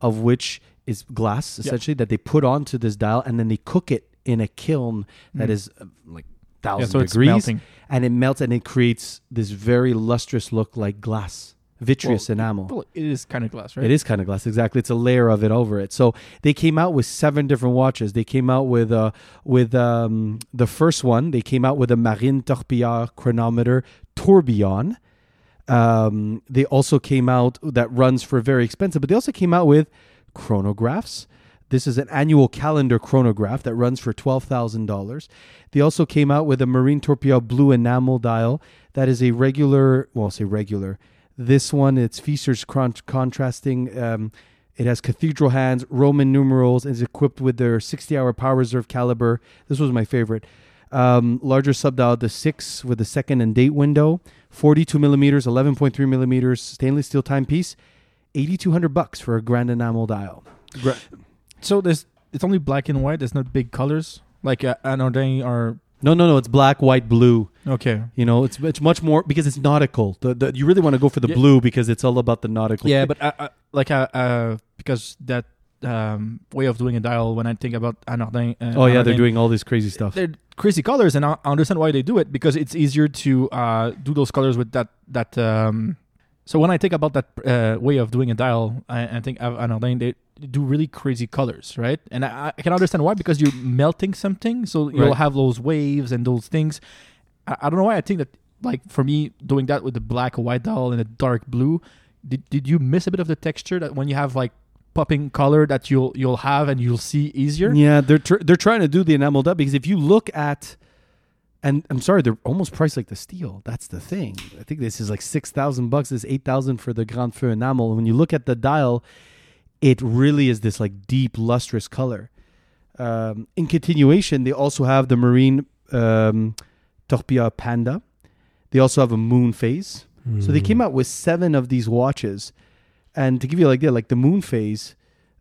D: of which is glass essentially that they put onto this dial, and then they cook it in a kiln that
C: Mm.
D: is uh like
C: yeah,
D: thousand
C: so it's
D: degrees
C: melting.
D: and it melts and it creates this very lustrous look like glass, vitreous
C: Well,
D: enamel.
C: Well, it is kind of glass, right?
D: It is kind of glass, exactly. It's a layer of it over it. So they came out with seven different watches. They came out with uh, with um, the first one. They came out with a Marine Torpillard chronometer tourbillon. Um, they also came out that runs for very expensive, but they also came out with chronographs. This is an annual calendar chronograph that runs for twelve thousand dollars. They also came out with a Marine Torpillard blue enamel dial that is a regular. Well, I'll say regular. This one, its features cron- contrasting. Um, it has cathedral hands, Roman numerals, and is equipped with their 60 hour power reserve caliber. This was my favorite. Um, larger subdial, the 6 with the second and date window, 42 millimeters, 11.3 millimeters, stainless steel timepiece, 8200 bucks for a grand enamel dial.
C: So there's it's only black and white. There's not big colors like uh, Anordain or
D: No, no, no, it's black, white, blue.
C: okay.
D: You know, it's it's much more because it's nautical. The, the, you really want to go for the
C: Yeah.
D: blue because it's all about the nautical.
C: Yeah, but I, I, like uh, uh, because that um, way of doing a dial. When I think about Anordain, uh,
D: oh yeah, they're
C: Anordain,
D: doing all this crazy stuff.
C: they're crazy colors, and I I understand why they do it because it's easier to uh, do those colors with that that. Um, so when I think about that uh, way of doing a dial, I, I think of Anordain they do really crazy colors, right? And I, I can understand why because you're melting something, so you'll
D: Right.
C: have those waves and those things. I, I don't know why I think that like for me doing that with the black white dial and the dark blue, did, did you miss a bit of the texture that when you have like popping color that you'll you'll have and you'll see easier?
D: Yeah, they're tr- they're trying to do the enamel dub because if you look at, and I'm sorry, they're almost priced like the steel. That's the thing. I think this is like six thousand bucks. This eight thousand for the Grand Feu enamel. And when you look at the dial, it really is this like deep lustrous color. Um, in continuation, they also have the marine um, Torpilla Panda. They also have a moon phase. So they came out with seven of these watches, and to give you an idea, like the moon phase,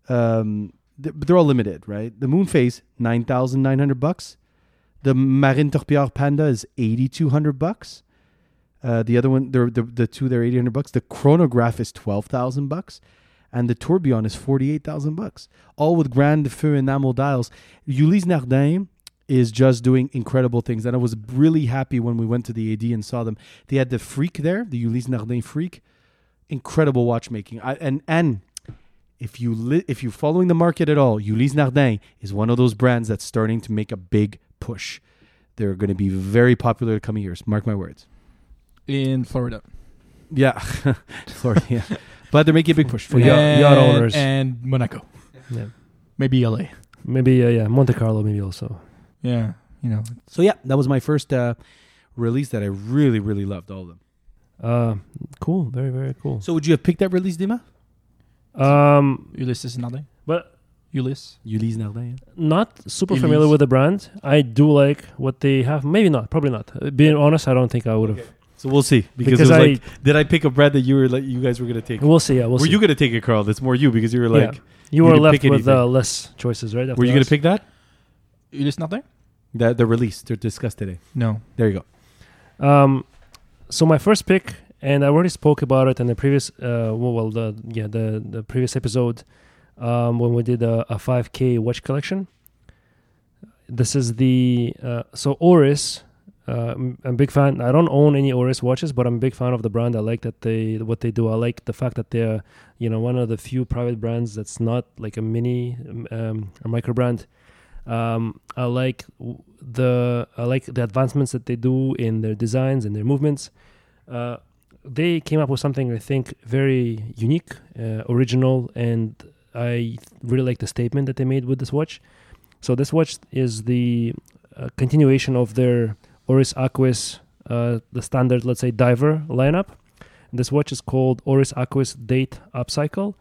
D: um, th- but they're all limited, right? The moon phase nine thousand nine hundred bucks. The Marine Torpillard Panda is eighty two hundred bucks. Uh, the other one, they're, the the two, they're eighty hundred bucks. The chronograph is twelve thousand bucks, and the tourbillon is forty eight thousand bucks. All with grand feu enamel dials. Ulysse Nardin is just doing incredible things, and I was really happy when we went to the AD and saw them. They had the freak there, the Ulysse Nardin freak. Incredible watchmaking. I, and and if you li- if you're following the market at all, Ulysse Nardin is one of those brands that's starting to make a big push. They're going to be very popular the coming years. Mark my words.
C: In Florida.
D: Yeah, Florida. Yeah, but they're making a big push for
B: Yeah.
D: you.
B: yacht- yacht owners.
C: and Monaco,
B: Yeah.
C: maybe LA.
B: Maybe uh, yeah, Monte Carlo. Maybe also.
C: Yeah, you know.
D: So yeah, that was my first uh, release that I really really loved. All of them.
B: Uh, cool. Very very cool.
D: So would you have picked that release, Dima?
B: Um,
C: Ulysses another.
B: but
C: Ulysses.
D: Ulysse Nardin.
B: not super
C: Elise.
B: familiar with the brand. I do like what they have. Maybe not. Probably not. Uh, Being honest, I don't think I would have.
D: So we'll see because,
B: Because
D: it was
B: I-
D: like, did I pick a brand that you were like you guys were going to take?
B: We'll see. Yeah, we'll
D: were
B: see.
D: you going to take it, Carl? That's more you because you were
B: Yeah.
D: like,
B: You
D: you
B: were
D: didn't
B: left
D: pick
B: with uh,
D: anything?
B: less choices, right? after
D: were you going
B: us.
D: to pick that?
C: Ulysses another?
D: That the release to discuss today.
C: No.
D: There you go.
B: Um, so my first pick, and I already spoke about it in the previous, uh, well, well, the yeah, the the previous episode, um, when we did a, a 5K watch collection. This is the uh, so Oris. Uh, I'm I'm a big fan. I don't own any Oris watches, but I'm a big fan of the brand. I like that they what they do. I like the fact that they're you know one of the few private brands that's not like a mini um, a micro brand um, I like w- the I like the advancements that they do in their designs and their movements. Uh, they came up with something I think very unique, uh, original, and I really like the statement that they made with this watch. So this watch is the uh, continuation of their Oris Aquis, uh, the standard, let's say, diver lineup. This watch is called Oris Aquis Date Upcycle.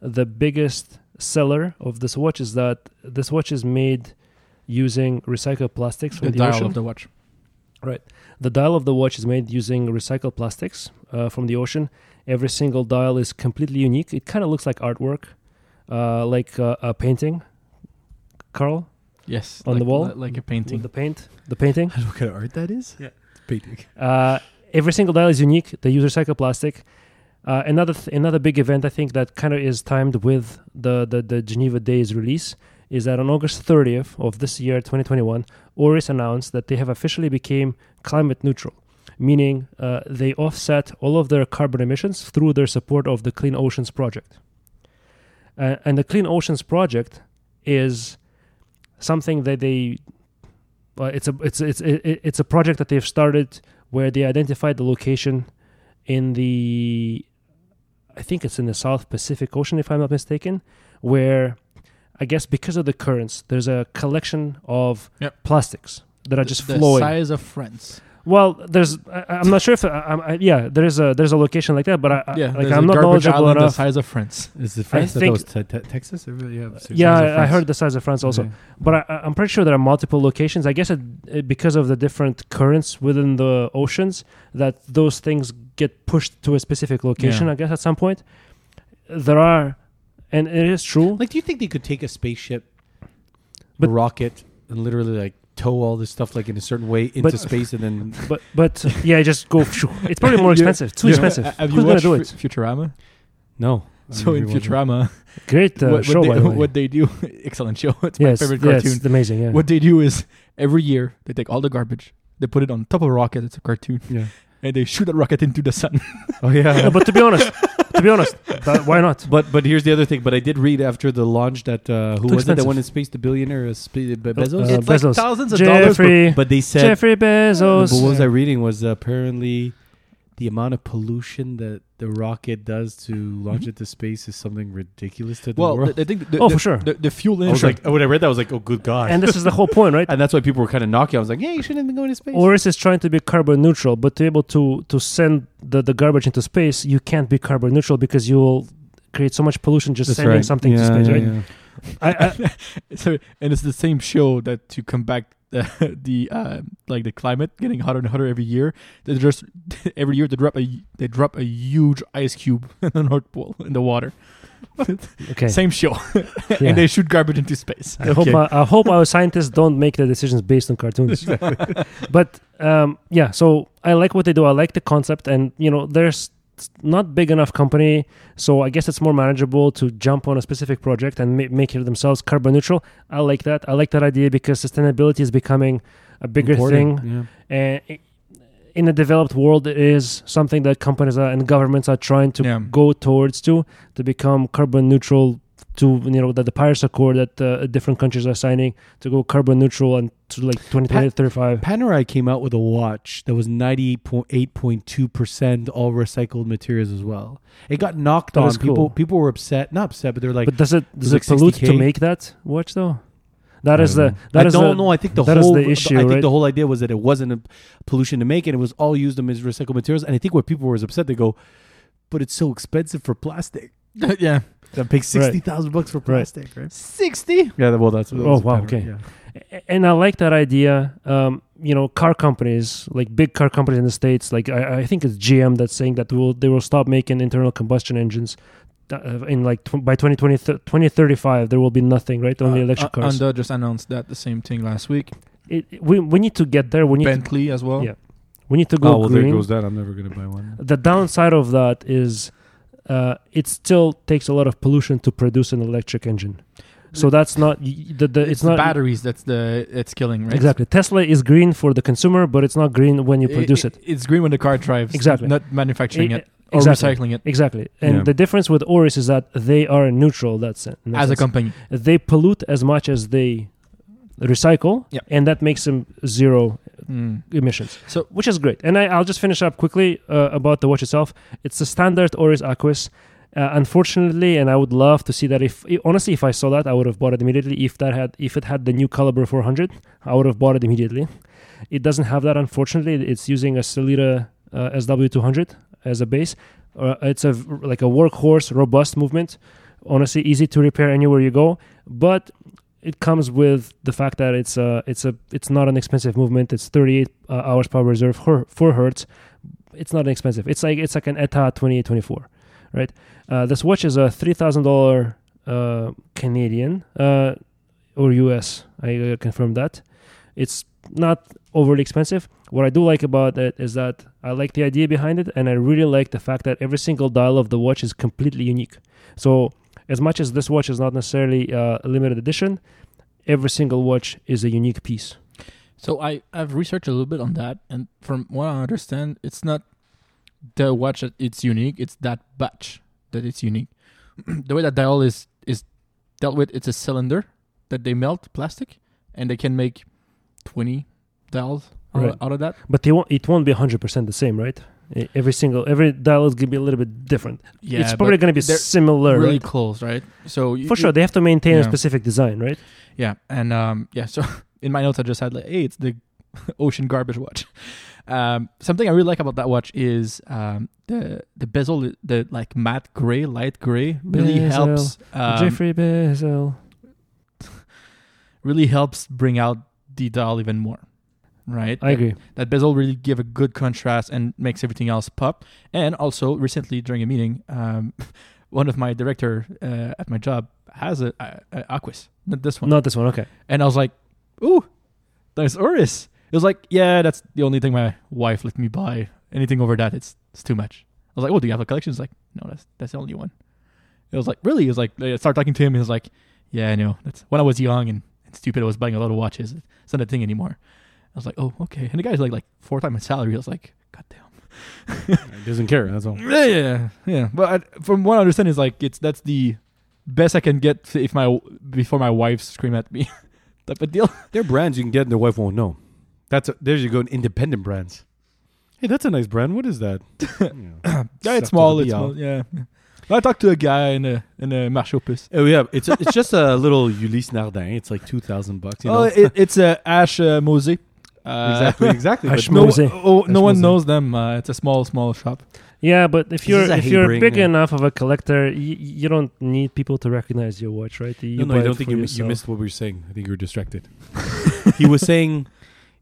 B: The biggest seller of this watch is that this watch is made using recycled plastics from
C: The
B: the,
C: dial
B: ocean.
C: of the watch.
B: The dial of the watch is made using recycled plastics uh, from the ocean. Every single dial is completely unique. It kind of looks like artwork, uh, like uh, a painting. Carl,
C: Yes.
B: On the
C: like-
B: wall?
C: li- Like a
B: with
C: painting.
B: the paint, the painting.
D: I don't know what kind of art that is.
C: Yeah.
D: It's painting.
B: Uh, every single dial is unique. They use recycled plastic. Uh, another th- another big event I think that kind of is timed with the, the the Geneva Day's release is that on August 30th of this year, 2021, Oris announced that they have officially became climate neutral, meaning uh, they offset all of their carbon emissions through their support of the Clean Oceans Project. Uh, and the Clean Oceans Project is something that they uh, it's a it's it's it, it's a project that they've started where they identified the location in the I think it's in the South Pacific Ocean if I'm not mistaken, where I guess because of the currents there's a collection of
C: Yep.
B: plastics that are
C: The-
B: just
C: the
B: flowing.
C: size of France.
B: Well, there's I, I'm not sure if I, I, I, yeah there's a there's a location like that, but I, I-
C: yeah.
B: Uh, like
C: there's
B: I'm
C: a
B: not
C: garbage
B: knowledgeable
C: island the
B: enough.
C: size of France.
D: Is it France? I Uh,
B: think-
D: thought it was te- te- Texas. Everybody have six
B: Yeah,
D: times the
B: I, I
D: France.
B: heard the size of France also.
D: Okay.
B: but I, I'm pretty sure there are multiple locations. I guess it, it, because of the different currents within the oceans, that those things get pushed to a specific location.
C: Yeah.
B: I guess at some point, there are, and it is true.
D: Like, do you think they could take a spaceship,
B: But-
D: rocket, and literally like tow all this stuff like in a certain way into
B: But-
D: space and then
B: but but yeah, just go. phew. It's probably more
C: Yeah.
B: expensive. It's too
C: Yeah.
B: expensive.
C: Have you
B: Who's gonna
C: watched
B: do
C: Fu-
B: it?
C: Futurama?
D: no.
C: So in Futurama,
B: Great uh,
C: what,
B: show,
C: what,
B: by
C: they,
B: the way.
C: what they do, excellent show. It's
B: yeah,
C: my
B: it's,
C: favorite
B: yeah,
C: cartoon.
B: it's amazing. Yeah.
C: What they do is every year they take all the garbage, they put it on top of a rocket. It's a cartoon,
D: Yeah.
C: and they shoot a rocket into the sun.
D: Oh yeah.
B: Uh, but to be honest, to be honest, that, why not?
D: But but here's the other thing. But I did read after the launch that uh, who
B: Too
D: was it that
B: expensive.
D: went in space? The billionaire uh, Spe- Be- Bezos.
B: Uh,
C: it's like
B: Bezos.
C: thousands of dollars. per-
B: Jeffrey,
D: but they said.
B: Jeffrey
D: but
B: Bezos.
D: what was I reading was apparently the amount of pollution that the rocket does to
B: Mm-hmm.
D: launch it to space is something ridiculous to the
C: Well,
D: world.
C: the- I think the,
B: Oh,
C: the-
B: for sure.
C: The, the fuel
D: I was
C: industry.
D: like, when I read that, I was like, oh, good god.
B: And this is the whole point, right?
D: And that's why people were kind of knocking. I was like, yeah, you shouldn't be going to space.
B: Oris is trying to be carbon neutral, but to be able to to send the, the garbage into space, you can't be carbon neutral because you'll create so much pollution just sending something to space, right? I, I,
C: so, and it's the same show that to combat uh, the uh, like the climate getting hotter and hotter every year. They just every year they drop a they drop a huge ice cube in the North Pole in the water.
B: okay.
C: Same show,
B: Yeah.
C: and they shoot garbage into space.
B: I hope my, I hope our scientists don't make their decisions based on cartoons. but um, yeah, so I like what they do. I like the concept, and you know, there's not big enough company, so I guess it's more manageable to jump on a specific project and ma- make it themselves carbon neutral. I like that. I like that idea because sustainability is becoming a bigger thing
D: Yeah.
B: and Eh, i- in a developed world it is something that companies are, and governments are trying to
C: Yeah.
B: go towards to to become carbon neutral to you know that the paris accord that uh, different countries are signing to go carbon neutral and to like 2035
D: Panerai came out with a watch that was 98.8.2% all recycled materials as well. It got knocked
B: That
D: on.
B: is cool.
D: People people were upset. Not upset, but they were like,
B: but does it
D: it's
B: does
D: like
B: it pollute to
D: 60K.
B: make that watch though that
D: I
B: is
D: don't
B: the
D: know.
B: that
D: I
B: is
D: don't
B: the,
D: know. I think the
B: that is
D: whole
B: the issue,
D: I think
B: right?
D: the whole idea was that it wasn't a pollution to make, and it was all used in recycled materials. And I think where people were upset, they go, "But it's so expensive for plastic.
C: yeah,
D: I pay sixty thousand bucks for plastic, right?"
C: sixty.
D: Yeah. Well, that's that
B: Oh,
D: was
B: wow,
D: Panerai,
B: okay.
D: yeah.
B: A- and I like that idea. Um, you know, car companies like big car companies in the states, like I, I think it's GM that's saying that will they will stop making internal combustion engines uh, in like tw- by 2020, 2035 there will be nothing right only
C: Uh,
B: electric
C: uh,
B: cars.
C: Honda just announced that the same thing last week.
B: It- it- we we need to get there. We need to,
C: Bentley as well.
B: Yeah. we need to go
D: Oh well, there
B: green.
D: goes that. I'm never gonna buy one.
B: The downside of that is uh, it still takes a lot of pollution to produce an electric engine. So that's not y- y- the, the
C: It's,
B: it's, not
C: the batteries that's the it's killing, right?
B: exactly. Tesla is green for the consumer, but it's not green when you produce it.
C: It's green when the car drives.
B: Exactly.
C: Not manufacturing
B: I-
C: it or
B: E- exactly.
C: recycling it
B: Exactly. And
D: Yeah.
B: the difference with Oris is that they are neutral that's it.
C: as a company.
B: They pollute as much as they recycle,
C: Yeah.
B: and that makes them zero
C: Mm.
B: emissions.
C: So-
B: which is great. And I, I'll just finish up quickly uh, about the watch itself. It's a standard Oris Aquis. Uh, unfortunately, and I would love to see that. If i- honestly, if I saw that, I would have bought it immediately. If that had, if it had the new Caliber 400, I would have bought it immediately. It doesn't have that, unfortunately. It's using a Celita uh, SW200 as a base. Uh, it's a v- like a workhorse, robust movement. Honestly, easy to repair anywhere you go, but it comes with the fact that it's a it's a it's not an expensive movement. It's 38 uh, hours power reserve for four hertz. It's not expensive. It's like it's like an ETA 2824, right? Uh, this watch is a three thousand dollar uh, Canadian uh, or US. I uh, confirm that. It's not overly expensive. What I do like about it is that I like the idea behind it, and I really like the fact that every single dial of the watch is completely unique. So, as much as this watch is not necessarily uh, a limited edition, every single watch is a unique piece.
C: So I I've researched a little bit on that, and from what I understand, it's not the watch that it's unique; it's that batch that it's unique. the way that dial is is dealt with, it's a cylinder that they melt plastic, and they can make twenty dials out,
B: Right.
C: out of that.
B: But they won't, it won't be 100% the same, right? E- Every single every dial is gonna be a little bit different. it's probably gonna be
C: they're
B: similar,
C: really
B: right?
C: close, right? So you,
B: For sure, they have to maintain a
C: Yeah.
B: specific design, right?
C: Yeah, and um, yeah. So in my notes, I just had like, hey, it's the ocean garbage watch. Um, something I really like about that watch is um, the the bezel, the like matte gray, light gray, really
B: Bezel.
C: helps. Um,
B: Jeffrey Bezel.
C: really helps bring out the dial even more, right?
B: I agree.
C: that bezel really give a good contrast and makes everything else pop. And also, recently during a meeting, um, one of my director uh, at my job has a, a, a Aquis, not this one.
B: Not this one. Okay.
C: And I was like, ooh, there's Oris. It was like, yeah, that's the only thing my wife let me buy. Anything over that, it's it's too much. I was like, oh, do you have a collection? He's like, no, that's that's the only one. It was like, really? It was like, I started talking to him. He was like, yeah, I know. That's when I was young and, and stupid. I was buying a lot of watches. It's not a thing anymore. I was like, oh, okay. And the guy's like, like four times my salary. I was like, god damn.
D: It doesn't care. That's all.
C: Yeah, yeah, yeah, yeah. But I, from what I understand, is like it's that's the best I can get if my before my wife scream at me, type of deal.
D: They're brands you can get and their wife won't know. That's a, there you go. Independent brands. Hey, that's a nice brand. What is that? Yeah.
C: Yeah,
D: Stuff
C: it's
D: to
C: small.
D: the
C: It's
D: BL.
C: small. Yeah. I talked to a guy in a in a marché aux puces.
D: Oh yeah, it's a, it's just a little Ulysse Nardin. It's like two thousand bucks. You know?
C: oh, it, it's a Ash uh, Mosey. Uh,
D: exactly, exactly.
B: I
D: but
B: schmo-
C: No,
B: Mosey.
C: oh,
D: Ash
C: no one
D: Mosey.
C: knows them. Uh, it's a small, small shop.
B: Yeah, but if you're
D: is a
B: if you're
D: Hebring,
B: big
D: yeah.
B: enough of a collector, you, you don't need people to recognize your watch, right? You
D: no, no,
B: buy
D: I
B: it
D: don't
B: for
D: think you, mi- you
B: yourself.
D: missed what we were saying. I think you were distracted. he was saying,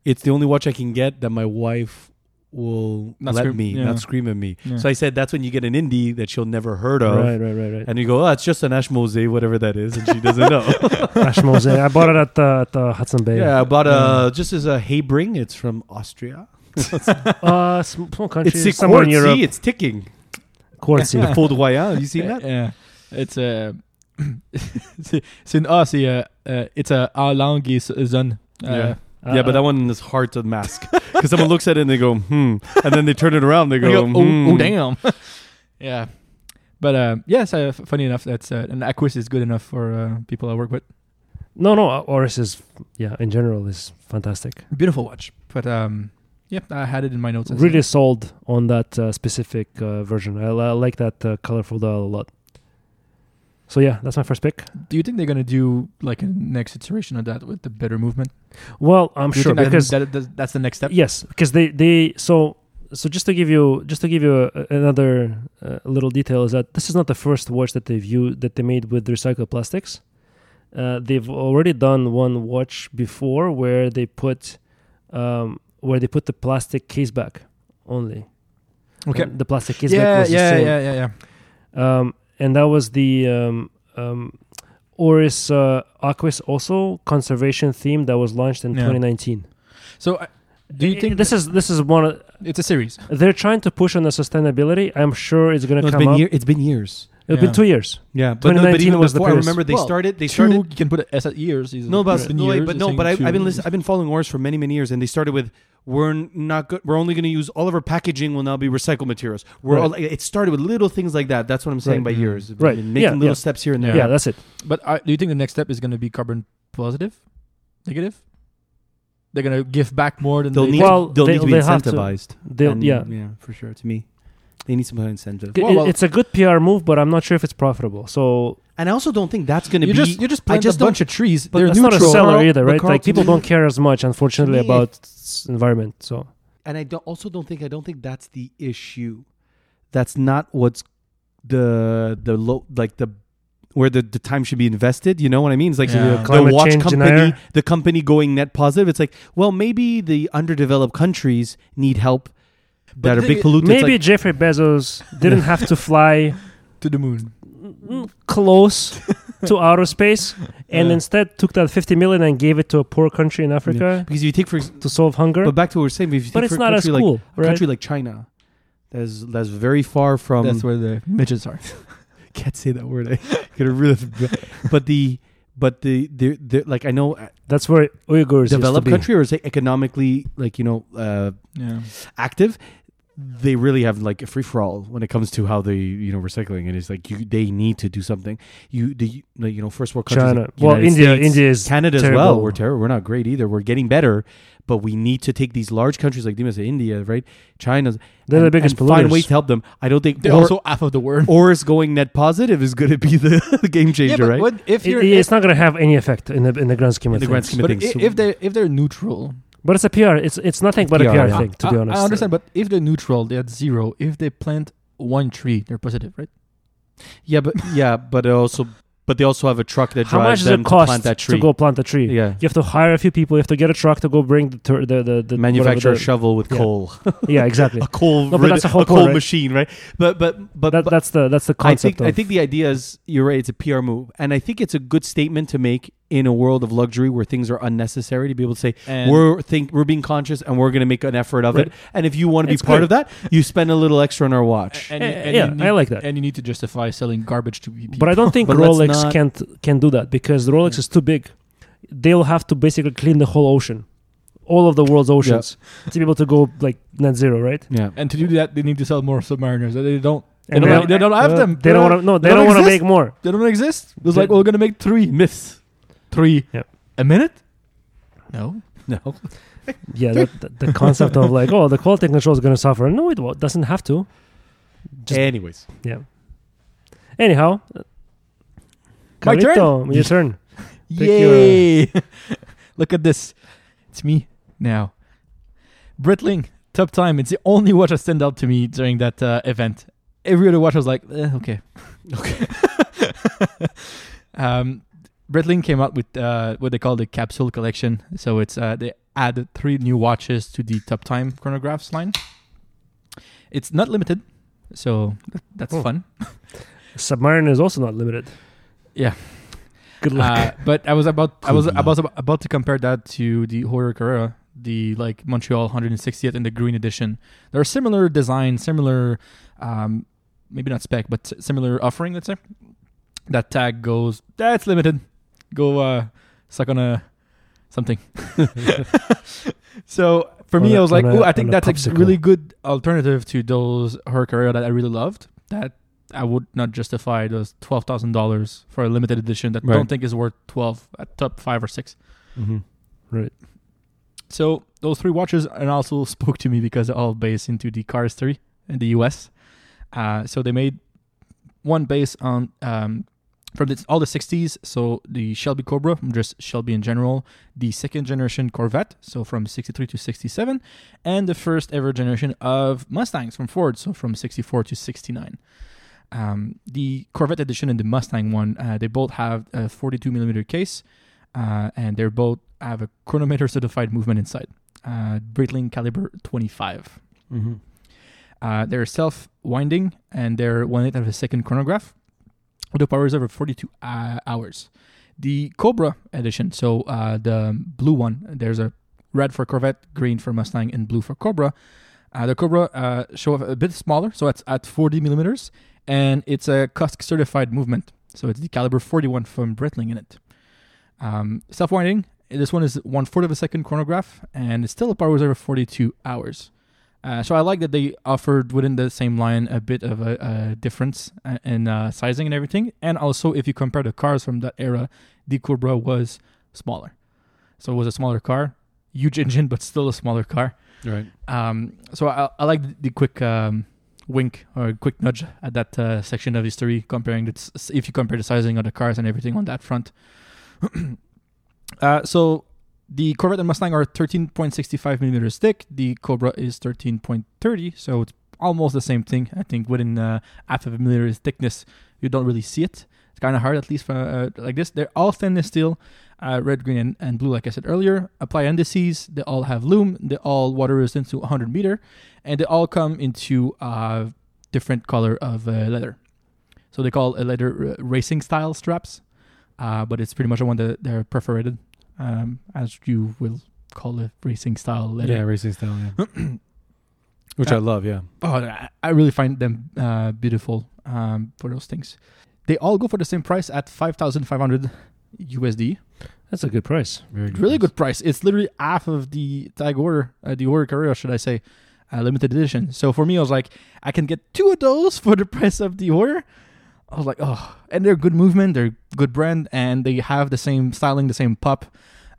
D: "It's the only watch I can get that my wife will
C: Not
D: let
C: scream-
D: me,
C: yeah.
D: not scream at me."
C: Yeah.
D: So I said, "That's when you get an indie that she'll never heard of."
B: Right, right, right, right.
D: And you go, "Oh, it's just an Ash Mosey, whatever that is," and she doesn't know.
B: Ash Mose. I bought it at uh, at uh, Hudson Bay.
D: yeah, I bought a just as a Hebring. It's from Austria.
B: Uh, sm- small country,
D: It's a
B: somewhere
D: quartz.
B: in Europe.
D: See, it's ticking.
B: Quartzy.
D: The Ford Royal. You seen
C: Uh,
D: that?
C: Yeah. It's uh, a. c'est c'est une A, c'est uh, uh, it's a A langue et s- zone. Uh,
D: Yeah.
B: Uh,
D: yeah, but that one is hard to mask because someone looks at it and they go, "Hmm," and then they turn it around. They
C: I
D: go,
C: go,
D: "Hmm."
C: oh, oh, damn. yeah. But uh, yes, uh, f- funny enough, that's uh, an Aquis is good enough for uh, people I work with.
B: no, no. uh, Oris is yeah, in general is fantastic.
C: Beautiful watch. But um, yep, I had it in my notes. as
B: Really sold on that uh, specific uh, version. I, I like that uh, colorful dial a lot. So yeah, that's my first pick.
C: Do you think they're gonna do like a next iteration of that with the better movement?
B: Well, I'm
C: Do you
B: sure
C: think that-
B: because
C: that, that- that's the next step.
B: Yes, because they they so so just to give you just to give you a, another uh, little detail is that this is not the first watch that they've used that they made with recycled plastics. Uh, they've already done one watch before where they put um, where they put the plastic case back only.
C: Okay.
B: And the plastic case back
C: yeah,
B: was the
C: yeah,
B: same.
C: yeah, yeah, yeah.
B: Um, and that was the um, um, Oris uh, Aquis also conservation theme that was launched in
C: Yeah.
B: 2019.
C: So, uh, do
D: Eh,
C: you think
B: this is this is one of,
C: it's a series?
B: they're trying to push on the sustainability. I'm sure it's going
D: No,
B: to
D: it's
B: come
D: been
B: up.
D: year, it's been years.
B: It's
C: Yeah.
B: been two years.
D: Yeah, but, no, but
B: 2019
D: even
B: was the
D: before, I
B: previous-
D: remember they
C: Well,
D: started. They
C: two,
D: started.
C: You can put it as at years. is-
D: No, but
C: it's been
D: no,
C: years,
D: but
C: I
D: no,
C: think,
D: but I, I've
C: two-
D: been listening. I've been following Oris for many, many years, and they started with we're n- not good. We're only going to use all of our packaging will now be recycled materials. We're
B: Right.
D: all, it started with little things like that. That's what I'm saying
B: Right.
D: by years,
B: Right.
D: And making
B: Yeah,
D: little
B: yeah.
D: steps here and
B: Yeah,
D: there.
B: that's it.
C: But uh, do you think the next step is going to be carbon positive, negative? They're going to give back more than
D: they'll
C: they
D: need.
B: Well,
D: they'll need to be
B: they'll- they have to-
D: incentivized.
B: They,
D: And,
B: yeah.
D: yeah, for sure. To me, they need some kind of incentive.
B: It-
C: Well, well-
B: it's a good PR move, but I'm not sure if it's profitable. So
D: And I also don't think that's going to
C: You
D: be.
C: just you just
D: I
C: plant
D: just
C: a bunch of trees.
D: but
C: They're
B: that's not a
C: neutral.
B: seller
D: Carl-
B: either,
D: but
B: right?
D: Carl,
B: Like
D: to
B: people
D: me-
B: don't care as much, unfortunately,
D: to me,
B: about s- environment. So
D: and I don't, also don't think I don't think that's the issue. that's not what's the the low like the where the, the time should be invested you know what i mean it's like
C: Yeah.
D: the- the,
B: Climate
D: watch
B: change
D: company
B: denier.
D: the company going net positive it's like well maybe the underdeveloped countries need help that are
C: the-
D: big pollutants It's
B: Maybe
D: like-
B: Jeffrey Bezos didn't have to fly
C: to the moon.
B: close to um, outer space and
C: Yeah.
B: instead took that 50 million and gave it to a poor country in Africa
D: because you take for ex-
B: to solve hunger.
D: but
B: But,
D: back to what we we're saying if you take for
B: it's
D: a
B: not as
D: country like
B: cool,
D: a
B: right?
D: country like china that's that's very far from
C: That's where the midgets are.
D: can't say that word. I get a really, but the but the, the, the like I know uh,
B: That's where Uyghurs used to
D: developed
B: be.
D: country or say economically like you know uh,
C: Yeah.
D: active, they really have like a free for all when it comes to how they you know recycling and it's like you they need to do something. You the like, you know first world countries
B: China.
D: like
B: well,
D: United
B: India.
D: States,
B: India is
D: Canada as well.
B: terrible.
D: We're terrible. We're not great either. We're getting better, but we need to take these large countries like Dima said, India, right? China's
B: They're the
D: and-
B: biggest
D: and find
B: polluters.
D: ways to help them. I don't think
C: They're
D: or,
C: also half of the world.
D: or is going net positive is going to be the, the game changer, right?
C: what,
B: It-
C: if you're
B: it's not going to have any effect in the in the grand scheme
D: In
B: of
D: the
B: things.
D: grand scheme of
C: but i-
D: things, so-
C: if they if they're neutral,
B: But it's a PR. It's it's nothing but
D: PR,
B: a PR
D: yeah.
B: thing, to
C: I,
B: be honest. uh,
C: I understand. But if they're neutral, they're at zero. If they plant one tree, they're positive, right?
D: Yeah, but yeah, but it also but they also have a truck that
B: How
D: drives
B: much does
D: them
B: it
D: to
B: cost
D: plant that tree.
B: go plant a tree?
D: yeah.
B: You have to hire a few people. You have to get a truck to go bring the tur- the the, the
D: Manufacture a
B: whatever
D: shovel with
B: yeah.
D: coal,
B: the- Yeah, exactly.
D: a coal,
B: No, but
D: rid-
B: that's a whole
D: coal
B: point, right?
D: machine, right? But but but,
B: that,
D: but
B: that's the that's the
D: I
B: concept.
D: think I
B: of-
D: think the idea is you're right. It's a PR move, and I think it's a good statement to make in a world of luxury where things are unnecessary. To be able to say
C: And
D: we're think we're being conscious and we're going to make an effort of it.
B: Right.
D: And if you want to be
B: It's
D: part
B: good.
D: of that, you spend a little extra on our watch.
C: and,
B: Eh,
C: and
B: yeah,
C: you need-
B: I like that.
C: And you need to justify selling garbage to people.
B: But I don't think
D: But let's
B: Rolex
D: not-
B: can't can do that because the Rolex is too big. They'll have to basically clean the whole ocean, all of the world's oceans, to be able to go like net zero, right?
D: yeah,
C: and to do that, they need to sell more submariners. They don't. They
B: And
C: don't, they don't have them.
B: They don't want to. No, they
C: They
B: don't
C: don't
B: want to
C: exist.
B: make more.
C: They don't exist. It's
B: They-
C: like well, we're gonna make three myths, three
B: Yep.
C: a minute. No,
D: no,
B: Yeah, that, that- the concept of like, oh, the quality control is going to suffer. No, it wa- doesn't have to. Just-
D: Anyways,
B: Anyhow, uh,
C: My turn?
B: Carlito, your turn. Take
C: Yay! Look at this. It's me now. Britling, top time. It's the only watch that stand out to me during that uh, event. Every other watch I was like, eh, okay. Okay. um, Britling came out with uh, what they call the capsule collection. So it's uh, they added three new watches to the top time chronographs line. It's not limited, so th- that's
B: Oh.
C: fun.
B: Submariner is also not limited.
C: Yeah.
B: Good luck.
C: Uh, but I was about I
D: Good
C: was
D: luck.
C: about about to compare that to the Horror Carrera, the like Montreal 160th and the Green Edition. There are similar designs, similar um, maybe not spec, but s- similar offering. Let's say that tag goes that's limited. Go uh, suck on a something. so for
B: On
C: me, I
B: a-
C: was like,
B: on a-
C: oh, I
B: on
C: think
B: a
C: that's a
B: popsicle.
C: really good alternative to those Horror Carrera that I really loved. That I would not justify those twelve thousand dollars for a limited edition that I
D: Right.
C: don't think is worth twelve at top five or six.
D: Mm-hmm.
B: right.
C: So those three watches and also spoke to me because they're all based into the Cars three in the US. Uh, so they made one based on um, from the, all the 60s. So the Shelby Cobra, just Shelby in general, the second generation Corvette, so from 63 to 67, and the first ever generation of Mustangs from Ford, so from 64 to 69. Um, the Corvette edition and the Mustang one, uh, they both have a 42 millimeter case, uh, and they both have a chronometer certified movement inside, uh, Breitling caliber 25.
D: mm-hmm.
C: Uh, they're self winding and they're one eighth of a second chronograph with a power reserve of 42 uh, hours. The Cobra edition, so uh, the blue one, there's a red for Corvette, green for Mustang, and blue for Cobra. Uh, the Cobra uh, show up a bit smaller, so it's at 40 millimeters, and it's a Cusk certified movement, so it's the caliber 41 from Britling in it. Um, self winding, this one is one fourth of a second chronograph, and it's still a power reserve of 42 hours. Uh, so I like that they offered within the same line a bit of a, a difference uh, in uh, sizing and everything. And also, if you compare the cars from that era, the Cobra was smaller, so it was a smaller car, huge engine, but still a smaller car.
D: right.
C: Um, so I, I like the- the quick um, wink or quick nudge at that uh, section of history, comparing the s- if you compare the sizing of the cars and everything on that front. uh, so the Corvette and Mustang are 13.65 millimeters thick. The Cobra is 13.30, so it's almost the same thing. I think within uh, half of a millimeter thickness, you don't really see it. It's kind of hard, at least for uh, like this. They're all stainless steel, uh, red, green, and, and blue, like I said earlier. Apply indices. They all have lume. They all water resistant to 100 meter, and they all come into uh, different color of uh, leather. So they call a leather uh, racing style straps, uh, but it's pretty much the one that they're perforated, um, as you will call a racing style leather.
D: Yeah, racing style. Yeah. Which I love. Yeah.
C: oh, I- I really find them uh, beautiful um, for those things. They all go for the same price at five thousand five hundred USD.
B: That's a good price.
D: Very
C: Really good price. It's literally half of the tag order, uh, the order carrier, should I say, uh, limited edition. So for me, I was like, I can get two of those for the price of the order. I was like, oh, and they're good movement, they're good brand, and they have the same styling, the same pop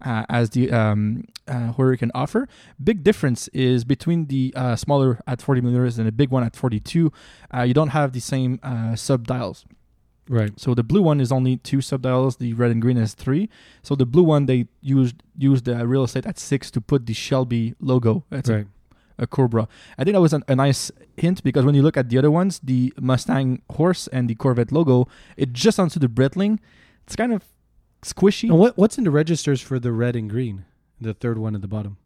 C: uh, as the um, uh, Horror can offer. Big difference is between the uh, smaller at 40 millimeters and the big one at 42. Uh, you don't have the same uh, sub dials.
D: Right.
C: So the blue one is only two subdials. The red and green is three. So the blue one they used used the real estate at six to put the Shelby logo. It's
D: right.
C: a, a Cobra. I think that was an, a nice hint because when you look at the other ones, the Mustang horse and the Corvette logo, it just onto the Breitling. It's kind of squishy.
D: And what what's in the registers for the red and green? The third one at the bottom.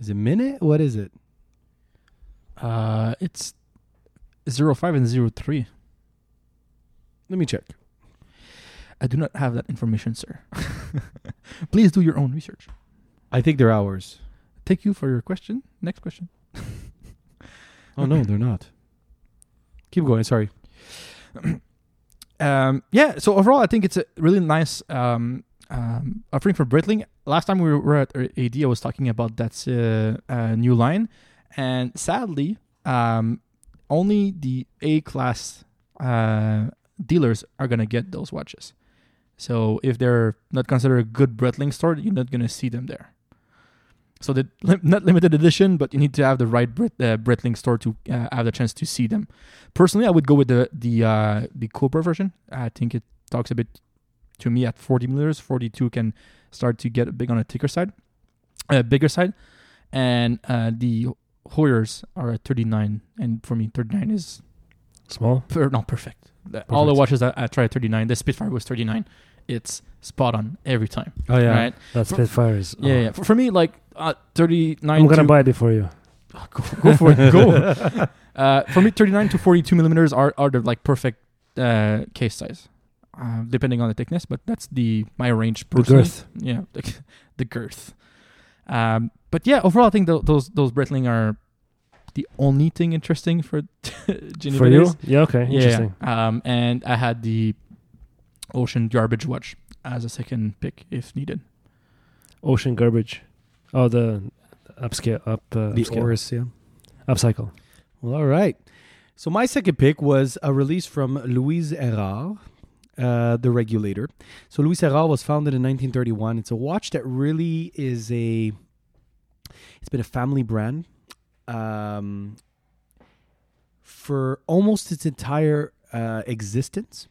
D: Is it minute? What is it?
C: Uh, it's zero five and zero three.
D: Let me check.
C: I do not have that information, sir. Please do your own research.
D: I think they're ours.
C: Thank you for your question. Next question.
D: Oh no, they're not. Keep going. Sorry.
C: um, yeah, so overall, I think it's a really nice um, um, offering for Breitling. Last time we were at AD, I was talking about that uh, uh, new line, and sadly, um, only the A class uh, dealers are gonna get those watches. So if they're not considered a good Breitling store, you're not gonna see them there. So the lim- not limited edition, but you need to have the right Brit- uh, Breitling store to uh, have the chance to see them personally i would go with the the uh the cobra version i think it talks a bit to me at 40 millimeters 42 can start to get big on a thicker side uh, bigger side and uh the hoyers are at 39 and for me 39 is
B: Small.
C: per, not perfect. The- all the
D: Perfect.
C: watches that i tried 39 the spitfire was 39 it's spot on every time
D: Oh yeah.
C: right
B: That Spitfire is.
C: yeah, yeah. For, for me like uh 39
B: Oh. I'm gonna
C: to-
B: buy it before you.
C: go,
D: Oh,
C: go for it. Go. uh, for me, 39 to 42 millimeters are, are the like perfect uh, case size, uh, depending on the thickness. But that's the my range.
B: The
C: Personally.
B: girth.
C: Yeah, the, the girth. Um, but yeah, overall, I think tho- those those Breitling are the only thing interesting for Geneva
B: For
C: days.
B: you? Yeah. Okay.
C: Yeah,
B: Interesting.
C: Um, and I had the Ocean Garbage Watch as a second pick if needed.
B: Ocean garbage. Oh, the upscale, up, uh,
D: The
B: upscale,
D: Oris, yeah.
B: upcycle.
D: Well, all right. So my second pick was a release from Louise Erard, uh, the regulator. So Louise Erard was founded in 1931. It's a watch that really is a. It's been a family brand, um, for almost its entire uh, existence.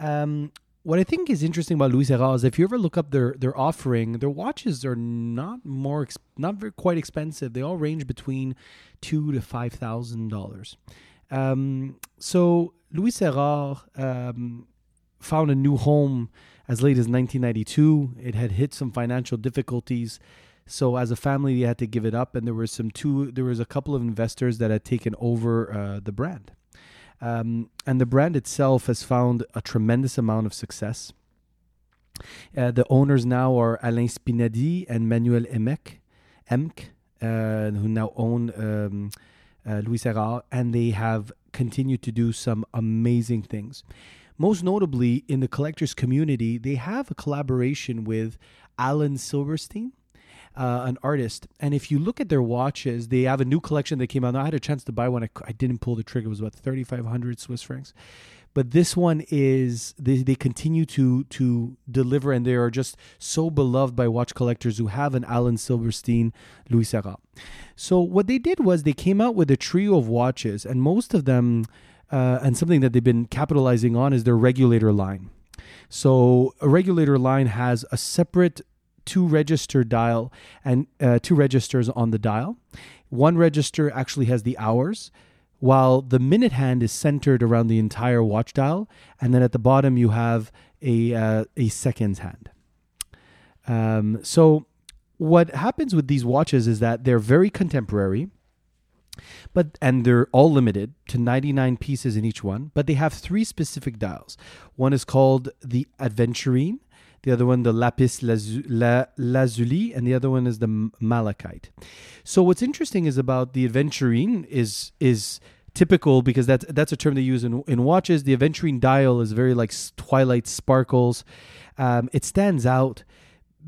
D: Um, what I think is interesting about Louis Herrera is if you ever look up their their offering, their watches are not more ex- not very quite expensive. They all range between two to five thousand dollars. Um, so Louis Herrera um, found a new home as late as 1992. It had hit some financial difficulties. So as a family, they had to give it up, and there were some two. There was a couple of investors that had taken over uh, the brand. Um, and the brand itself has found a tremendous amount of success. Uh, the owners now are Alain Spinadi and Manuel Emek, Emke, uh, who now own um, uh, Louis Herrera, and they have continued to do some amazing things. Most notably, in the collectors community, they have a collaboration with Alan Silverstein, uh, an artist. And if you look at their watches, they have a new collection that came out. Now, I had a chance to buy one. I, cou- I didn't pull the trigger. It was about 3,500 Swiss francs. But this one is they, they continue to to deliver, and they are just so beloved by watch collectors who have an Alan Silverstein Louis Serra. So what they did was they came out with a trio of watches, and most of them, uh, and something that they've been capitalizing on is their regulator line. So a regulator line has a separate two register dial and uh, two registers on the dial One register actually has the hours, while the minute hand is centered around the entire watch dial, and then at the bottom you have a uh, a seconds hand. Um, so what happens with these watches is that they're very contemporary but and they're all limited to 99 pieces in each one but they have three specific dials one is called the adventurine the other one the lapis lazu- la- lazuli and the other one is the m- malachite so what's interesting is about the adventurine is is typical because that's that's a term they use in, in watches the adventurine dial is very like s- twilight sparkles um, it stands out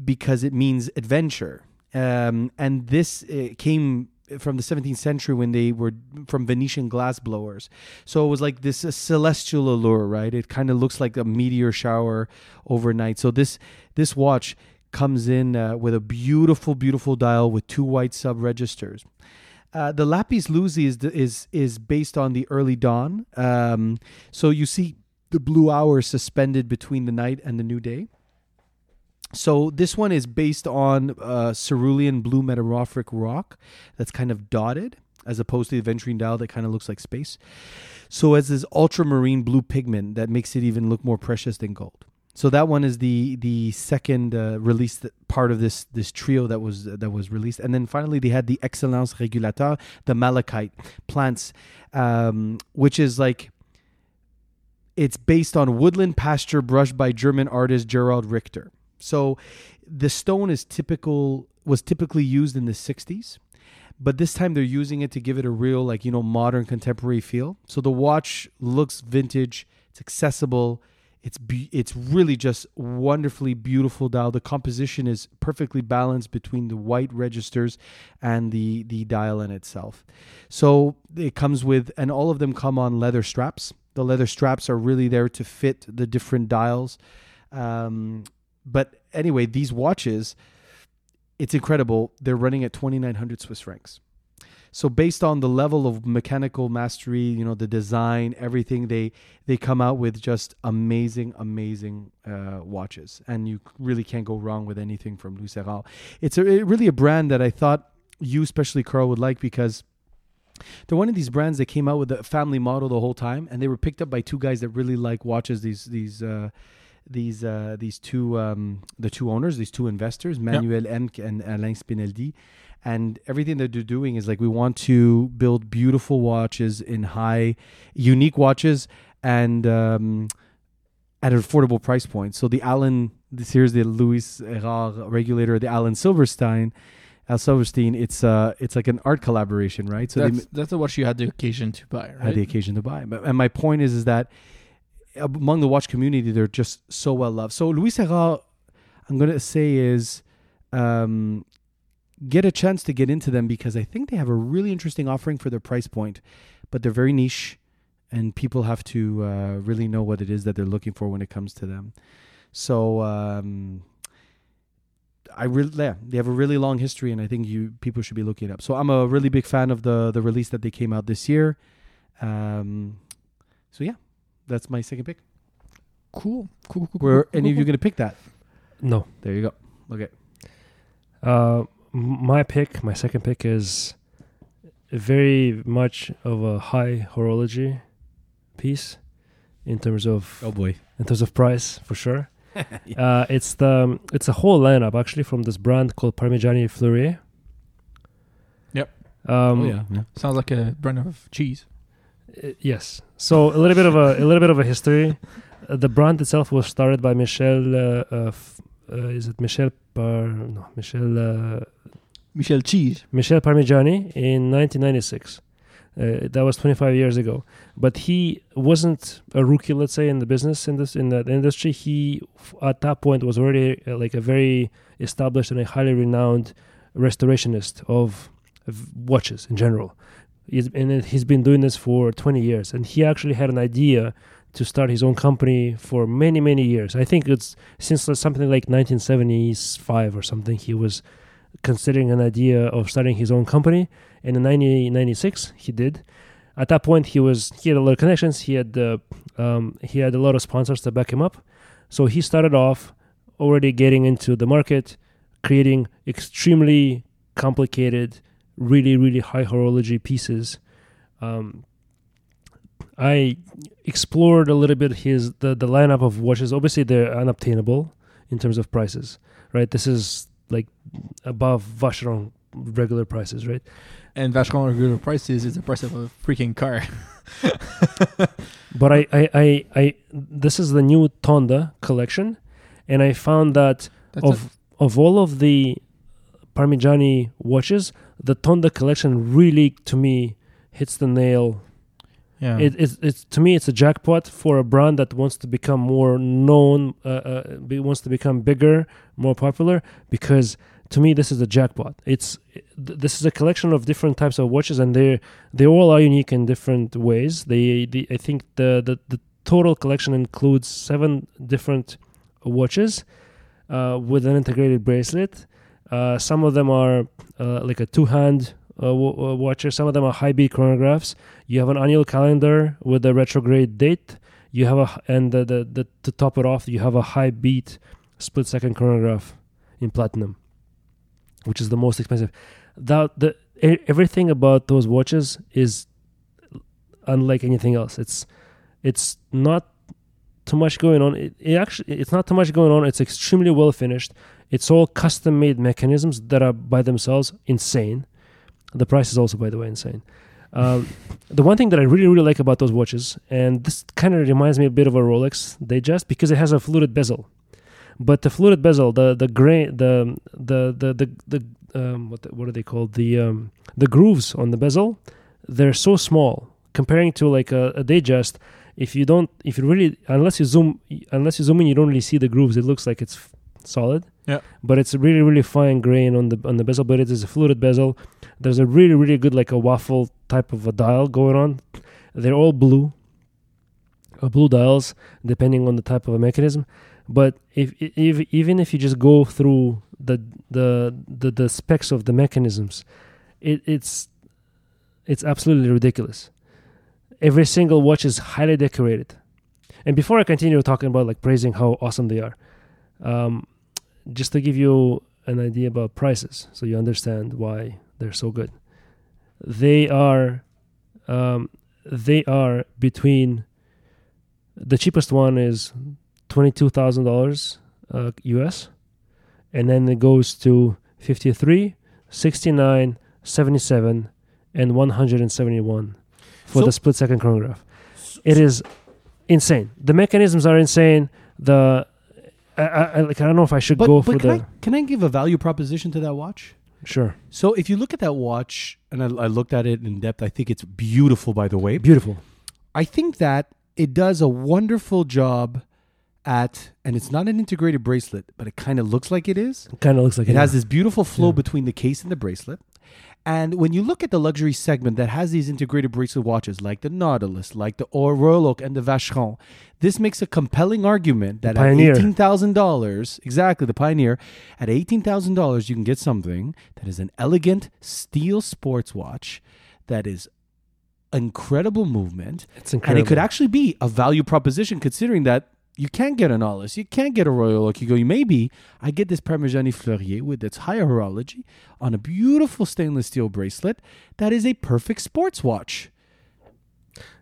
D: because it means adventure. Um, and this uh, came from the 17th century when they were from Venetian glass blowers. So it was like this uh, celestial allure, right? It kind of looks like a meteor shower overnight. So this this watch comes in uh, with a beautiful, beautiful dial with two white sub registers. Uh, the lapis lazuli is, is is based on the early dawn. Um, so you see the blue hour suspended between the night and the new day. So this one is based on uh, cerulean blue metamorphic rock that's kind of dotted, as opposed to the aventurine dial that kind of looks like space. So as this ultramarine blue pigment that makes it even look more precious than gold. So that one is the the second uh, release that part of this this trio that was that was released, and then finally they had the Excellence Régulateur, the malachite plants, um, which is like it's based on woodland pasture brush by German artist Gerald Richter. So the stone is typical was typically used in the 60s, but this time they're using it to give it a real like you know modern contemporary feel. So the watch looks vintage, it's accessible, it's be- it's really just wonderfully beautiful dial. The composition is perfectly balanced between the white registers and the the dial in itself. So it comes with and all of them come on leather straps. The leather straps are really there to fit the different dials. Um, but anyway, these watches, it's incredible. They're running at 2,900 Swiss francs. So based on the level of mechanical mastery, you know, the design, everything, they they come out with just amazing, amazing uh, watches, and you really can't go wrong with anything from Louis Serral. It's a, it really a brand that I thought you, especially Carl, would like because they're one of these brands that came out with a family model the whole time, and they were picked up by two guys that really like watches. These these uh, these uh, these two um, the two owners, these two investors, Manuel Emke and Alain Spineldi, and everything that they're doing is like we want to build beautiful watches in high, unique watches, and um, at an affordable price point. So the Allen, this here's the Louis Erard regulator, the Allen Silverstein, Al Silverstein. It's uh, it's like an art collaboration, right? So
C: that's, that's the watch you had the occasion to buy, right?
D: I had the occasion to buy. But and my point is is that among the watch community, they're just so well loved. So Louis Serrat, I'm gonna say is um, get a chance to get into them because I think they have a really interesting offering for their price point, but they're very niche, and people have to uh, really know what it is that they're looking for when it comes to them. So. Um, I really yeah, they have a really long history, and I think you people should be looking it up. So I'm a really big fan of the the release that they came out this year. Um, so yeah, that's my second pick.
C: Cool. Cool. cool, cool
D: Were
C: cool,
D: any of
C: cool,
D: you going to pick that?
B: No.
D: There you go. Okay.
B: Uh, m- my pick, my second pick is very much of a high horology piece in terms of
D: boy.
B: in terms of price for sure. uh, it's the it's a whole lineup actually from this brand called Parmigiani Fleurier.
C: Yep.
B: Um,
D: oh yeah. yeah.
C: cool. Sounds like a brand of cheese.
B: Uh, yes. So a little bit of a, a little bit of a history. Uh, the brand itself was started by Michel. Uh, uh, F- uh, is it Michel? Par- no, Michel. Uh,
C: Michel Cheese.
B: Michel Parmigiani in 1996. Uh, that was 25 years ago. But he wasn't a rookie, let's say, in the business in this in that industry. He f- at that point was already uh, like a very established and a highly renowned restorationist of, of watches in general. He's, and then he's been doing this for 20 years. And he actually had an idea to start his own company for many, many years. I think it's since something like 1975 or something. He was considering an idea of starting his own company. And in 1996, he did. At that point, he was he had a lot of connections. He had uh, um, he had a lot of sponsors to back him up. So he started off already getting into the market, creating extremely complicated really really high horology pieces. Um, I explored a little bit his the, the lineup of watches. Obviously, they're unobtainable in terms of prices, right? This is like above Vacheron regular prices, right?
C: And Vacheron regular prices is the price of a freaking car.
B: But I, I, I, I this is the new Tonda collection, and I found that
C: That's
B: of of all of the Parmigiani watches, the Tonda collection really, to me, hits the nail.
C: a, yeah.
B: It, it's, it's to me, it's a jackpot for a brand that wants to become more known, uh, uh, be, wants to become bigger, more popular. Because to me, this is a jackpot. It's th- this is a collection of different types of watches, and they they all are unique in different ways. They, they I think the, the the total collection includes seven different watches uh, with an integrated bracelet. Uh, some of them are uh, like a two hand uh, w- w- watcher, some of them are high beat chronographs. You have an annual calendar with a retrograde date. You have a h- and the, the, the to top it off, you have a high beat split second chronograph in platinum, which is the most expensive. That the e- everything about those watches is unlike anything else. It's it's not too much going on. It, it actually it's not too much going on. It's extremely well finished. It's all custom made mechanisms that are by themselves insane. The price is also, by the way, insane. Um, the one thing that I really, really like about those watches, and this kind of reminds me a bit of a Rolex Datejust because it has a fluted bezel. But the fluted bezel, the the grain, the the the the, the um, what the, what are they called? The um, the grooves on the bezel, they're so small comparing to like a, a Datejust. If you don't, if you really, unless you zoom, unless you zoom in, you don't really see the grooves. It looks like it's f- solid.
C: Yeah.
B: But it's a really, really fine grain on the on the bezel. But it is a fluted bezel. There's a really, really good like a waffle type of a dial going on. They're all blue. Uh, blue dials, depending on the type of a mechanism. But if, i- if even if you just go through the the the, the specs of the mechanisms, it, it's it's absolutely ridiculous. Every single watch is highly decorated. And before I continue talking about like praising how awesome they are, um, just to give you an idea about prices, so you understand why they're so good. They are, um, they are between. The cheapest one is twenty two thousand uh, dollars U.S. and then it goes to 53, 69, 77, and one hundred and seventy one for
D: So-
B: the split second chronograph. It is insane. The mechanisms are insane. The I, I, I- like I don't know if I should
D: But,
B: go
D: but
B: for
D: can,
B: the
D: I, can I give a value proposition to that watch?
B: sure
D: So if you look at that watch, and I, I looked at it in depth, I think it's beautiful, by the way.
B: beautiful.
D: I think that it does a wonderful job at, and it's not an integrated bracelet, but it kind of looks like it is.
B: Kind of looks like
D: It has this beautiful flow
B: Yeah.
D: between the case and the bracelet. And when you look at the luxury segment that has these integrated bracelet watches, like the Nautilus, like the Or- Royal Oak, and the Vacheron, this makes a compelling argument that at
B: Pioneer.
D: eighteen thousand dollars, exactly the Pioneer, at eighteen thousand dollars, you can get something that is an elegant steel sports watch that is incredible movement,
B: It's incredible.
D: and it could actually be a value proposition considering that you can't get an Aulis, you can't get a Royal Oak. You go, maybe I get this Parmigiani Fleurier with its higher horology on a beautiful stainless steel bracelet that is a perfect sports watch.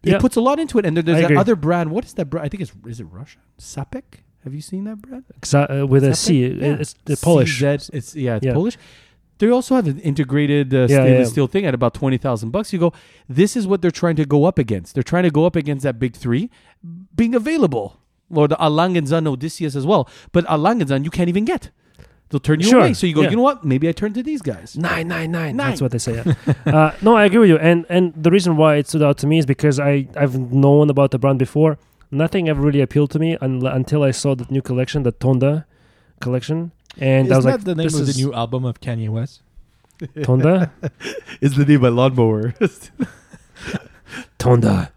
B: Yeah.
D: It puts a lot into it. And then
B: I
D: there's that
B: agree.
D: other brand. What is that brand? I think it's, is it Russian? Sapek? Have you seen that brand?
B: Exa- uh, with a C.
D: Sapek? Yeah.
B: It's the Polish.
D: CZ, it's, yeah, it's
B: Yeah.
D: Polish. They also have an integrated uh,
B: Yeah,
D: stainless
B: yeah.
D: steel thing at about 20,000 bucks. You go, this is what they're trying to go up against. They're trying to go up against that big three being available. Or the Alanganzan Odysseus as well. But Alanganzan, you can't even get. They'll turn you
B: Sure,
D: away. So you go,
B: yeah.
D: you know what? Maybe I turn to these guys.
B: Nine, nine, nine.
D: Nine.
B: That's what they say. yeah. uh, no, I agree with you. And and the reason why it stood out to me is because I I've known about the brand before. Nothing ever really appealed to me un- until I saw that new collection, the Tonda collection, and I was
C: Isn't
B: like,
C: that the name
B: "This
C: of
B: is
C: the new album of Kanye West?
B: Tonda,
D: It's the name by Lawnmower.
B: Tonda,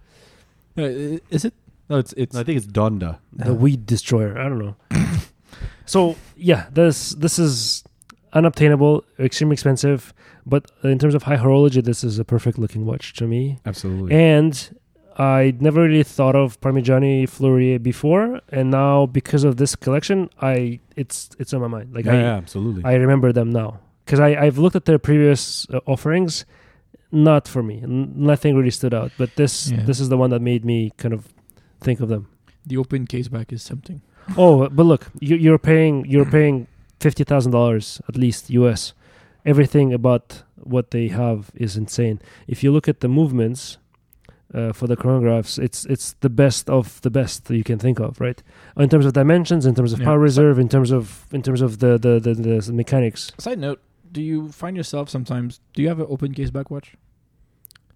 C: Uh, i- is it? No, it's it's
D: I think it's Donda.
B: the weed destroyer." I don't know. so yeah, this this is unobtainable, extremely expensive, but in terms of high horology, this is a perfect looking watch to me.
D: Absolutely.
B: And I never really thought of Parmigiani Fleurier before, and now because of this collection, I it's it's on my mind. Like I
D: absolutely.
B: I remember them now, because I I've looked at their previous uh, offerings, not for me. N- nothing really stood out, but this
C: Yeah.
B: this is the one that made me kind of think of them.
C: The open case back is something.
B: Oh, but look, you, you're paying you're paying fifty thousand dollars at least US. Everything about what they have is insane. If you look at the movements uh, for the chronographs, it's it's the best of the best that you can think of, right? In terms of dimensions, in terms of
C: Yeah.
B: power reserve, in terms of in terms of the the, the, the mechanics.
C: Side note: Do you find yourself sometimes? Do you have an open case back watch?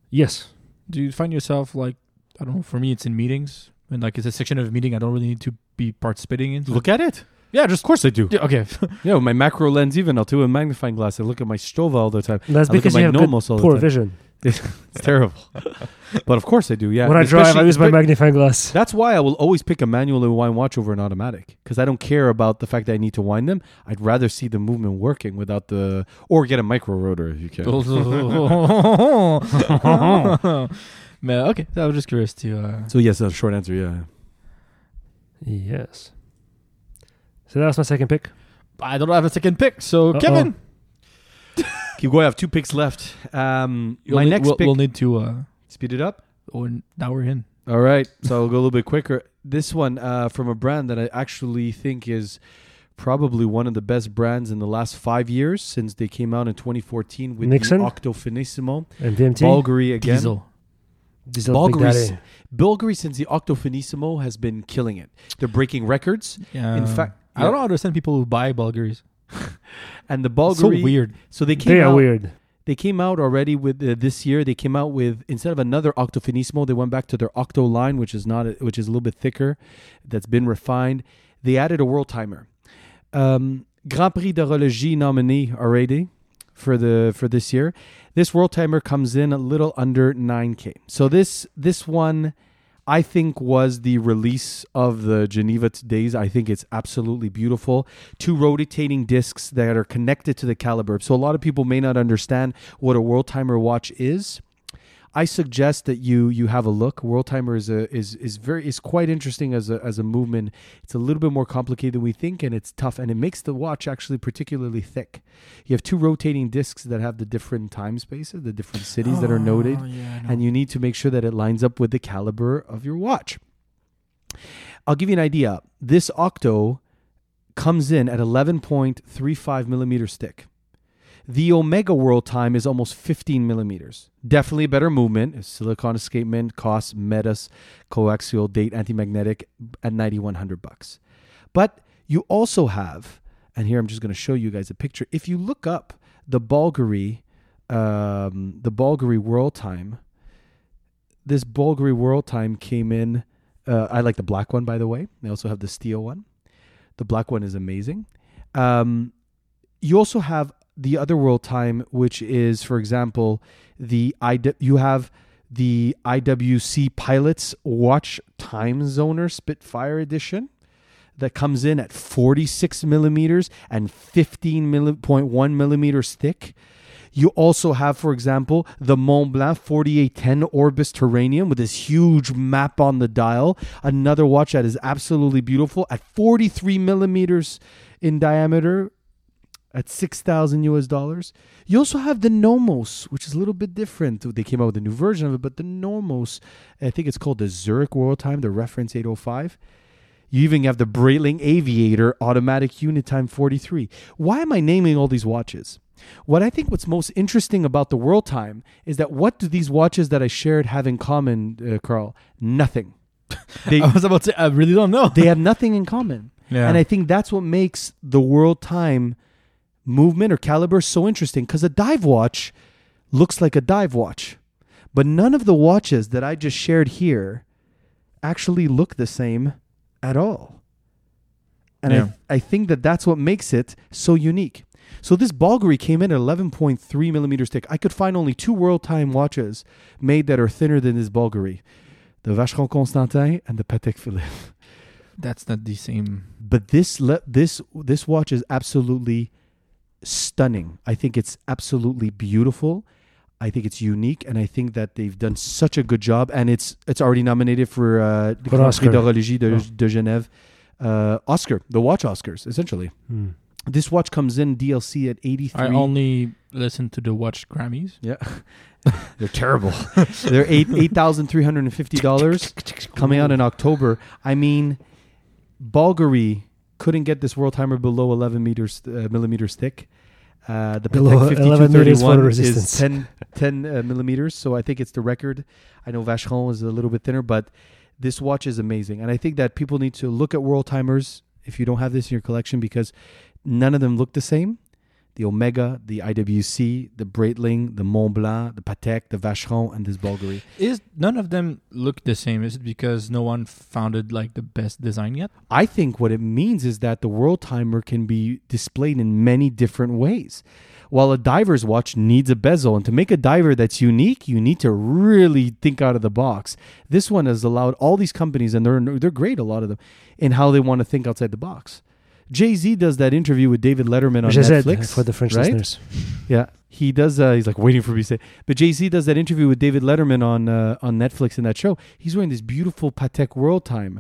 B: Yes.
C: Do you find yourself like I don't know? For me, it's in meetings and like it's a section of a meeting I don't really need to be participating in.
D: Look at it. Yeah, just of course I do.
C: Yeah, okay.
D: Yeah, with my macro lens even I'll do a magnifying glass. I look at my stove all the time.
B: That's
D: I look at
B: because
D: my
B: you have good,
D: normals all the
B: poor
D: time.
B: vision.
D: It's terrible. but of course I do. Yeah.
B: when I drive, I
D: Especially-
B: use my
D: but
B: magnifying glass.
D: That's why I will always pick a manual and wine watch over an automatic because I don't care about the fact that I need to wind them. I'd rather see the movement working without the or get a micro rotor if you can.
C: Man, okay. So I was just curious to. Uh,
D: So yes, a short answer. Yeah.
B: Yes. So that was my second pick.
C: I don't have a second pick, so
B: Uh-oh.
C: Kevin,
D: Keep going. I have two picks left. Um,
C: you'll
D: my
C: need-
D: next
C: we'll,
D: pick.
C: we'll need to. Uh,
D: speed it up.
C: oh, now we're in.
D: All right, so I'll go a little bit quicker. This one uh, from a brand that I actually think is probably one of the best brands in the last five years since they came out in 2014 with
B: Nixon?
D: the Octofinissimo
B: And VMT.
D: Bulgari again.
C: Diesel.
B: Diesel Big
D: Bulgari,
B: Daddy.
D: Bulgari since the Octofinissimo has been killing it. They're breaking records,
C: Yeah.
D: In fact-
C: I don't
D: yeah.
C: understand people who buy Bulgaris.
D: and the
C: It's so
D: Bulgari.
C: weird.
D: So they came
B: They
D: out.
B: are weird.
D: They came out already with uh, this year. They came out with instead of another Octofinissimo, they went back to their Octo line, which is not which is a little bit thicker, that's been refined. They added a world timer. Um, Grand Prix d'Horlogie nominee already for the for this year. This world timer comes in a little under 9k. So this this one I think was the release of the Geneva Days. I think it's absolutely beautiful. Two rotating discs that are connected to the caliber. So a lot of people may not understand what a world timer watch is. I suggest that you you have a look. World timer is a is is very is quite interesting as a as a movement. It's a little bit more complicated than we think, and it's tough, and it makes the watch actually particularly thick. You have two rotating discs that have the different time spaces, the different cities that
C: Oh,
D: are noted, and you need to make sure that it lines up with the caliber of your watch. I'll give you an idea. This Octo comes in at 11.35 millimeters thick. The Omega World time is almost 15 millimeters. Definitely better movement. It's Silicon escapement, cost, metas, coaxial, date, anti-magnetic at 9100 bucks. But you also have, and here I'm just going to show you guys a picture. If you look up the Bulgari, um, the Bulgari World Time, this Bulgari World Time came in. Uh, I like the black one, by the way. They also have the steel one. The black one is amazing. Um, you also have the other world time, which is, for example, the I. You have the IWC Pilots Watch Time Zoner Spitfire Edition that comes in at 46 millimeters and 15.1 millimeters thick. You also have, for example, the Mont Blanc 4810 Orbis Terranium with this huge map on the dial. Another watch that is absolutely beautiful at 43 millimeters in diameter at 6,000 US dollars. You also have the Nomos, which is a little bit different. They came out with a new version of it, but the Nomos, I think it's called the Zurich World Time, the reference 805. You even have the Breitling Aviator automatic unit time 43. Why am I naming all these watches? What I think what's most interesting about the world time is that what do these watches that I shared have in common, uh, Carl? Nothing. They
C: I was about to. say, I really don't know.
D: they have nothing in common.
C: Yeah.
D: And I think that's what makes the world time movement or caliber so interesting because a dive watch looks like a dive watch. But none of the watches that I just shared here actually look the same at all. And
C: Yeah.
D: I, I think that that's what makes it so unique. So this Bulgari came in at 11.3 millimeters thick. I could find only two world time watches made that are thinner than this Bulgari. The Vacheron Constantin and the Patek Philippe
C: That's not the same.
D: but this le- this this watch is absolutely stunning. I think it's absolutely beautiful. I think it's unique, and I think that they've done such a good job. And it's it's already nominated for uh, the
B: For
D: Grand Prix
B: Oscar.
D: d'Horlogie de,
B: Oh.
D: de Genève uh, Oscar, the watch Oscars, essentially.
B: Hmm.
D: This watch comes in DLC at 83.
C: I only listen to the Watch Grammys.
D: yeah. They're terrible. They're eight eight thousand three hundred and fifty dollars coming out in October. I mean, Bulgari couldn't get this world timer below eleven meters uh, millimeters thick. Uh, the
B: Below
D: Patek
B: 11 meters
D: 5231
B: photoresistance.
D: is 10, 10 uh, millimeters, so I think it's the record. I know Vacheron is a little bit thinner, but this watch is amazing, and I think that people need to look at world timers if you don't have this in your collection because none of them look the same. The Omega, the IWC, the Breitling, the Mont Blanc, the Patek, the Vacheron, and this Bulgari.
C: Is none of them look the same? Is it because no one founded like the best design yet?
D: I think what it means is that the world timer can be displayed in many different ways. While a diver's watch needs a bezel, and to make a diver that's unique, you need to really think out of the box. This one has allowed all these companies, and they're they're great, a lot of them, in how they want to think outside the box. Jay Z does that interview with David Letterman on
B: Which I said,
D: Netflix
B: for the French
D: right?
B: listeners.
D: Yeah, he does. Uh, he's like waiting for me to say. But Jay Z does that interview with David Letterman on uh, on Netflix in that show. He's wearing this beautiful Patek World Time.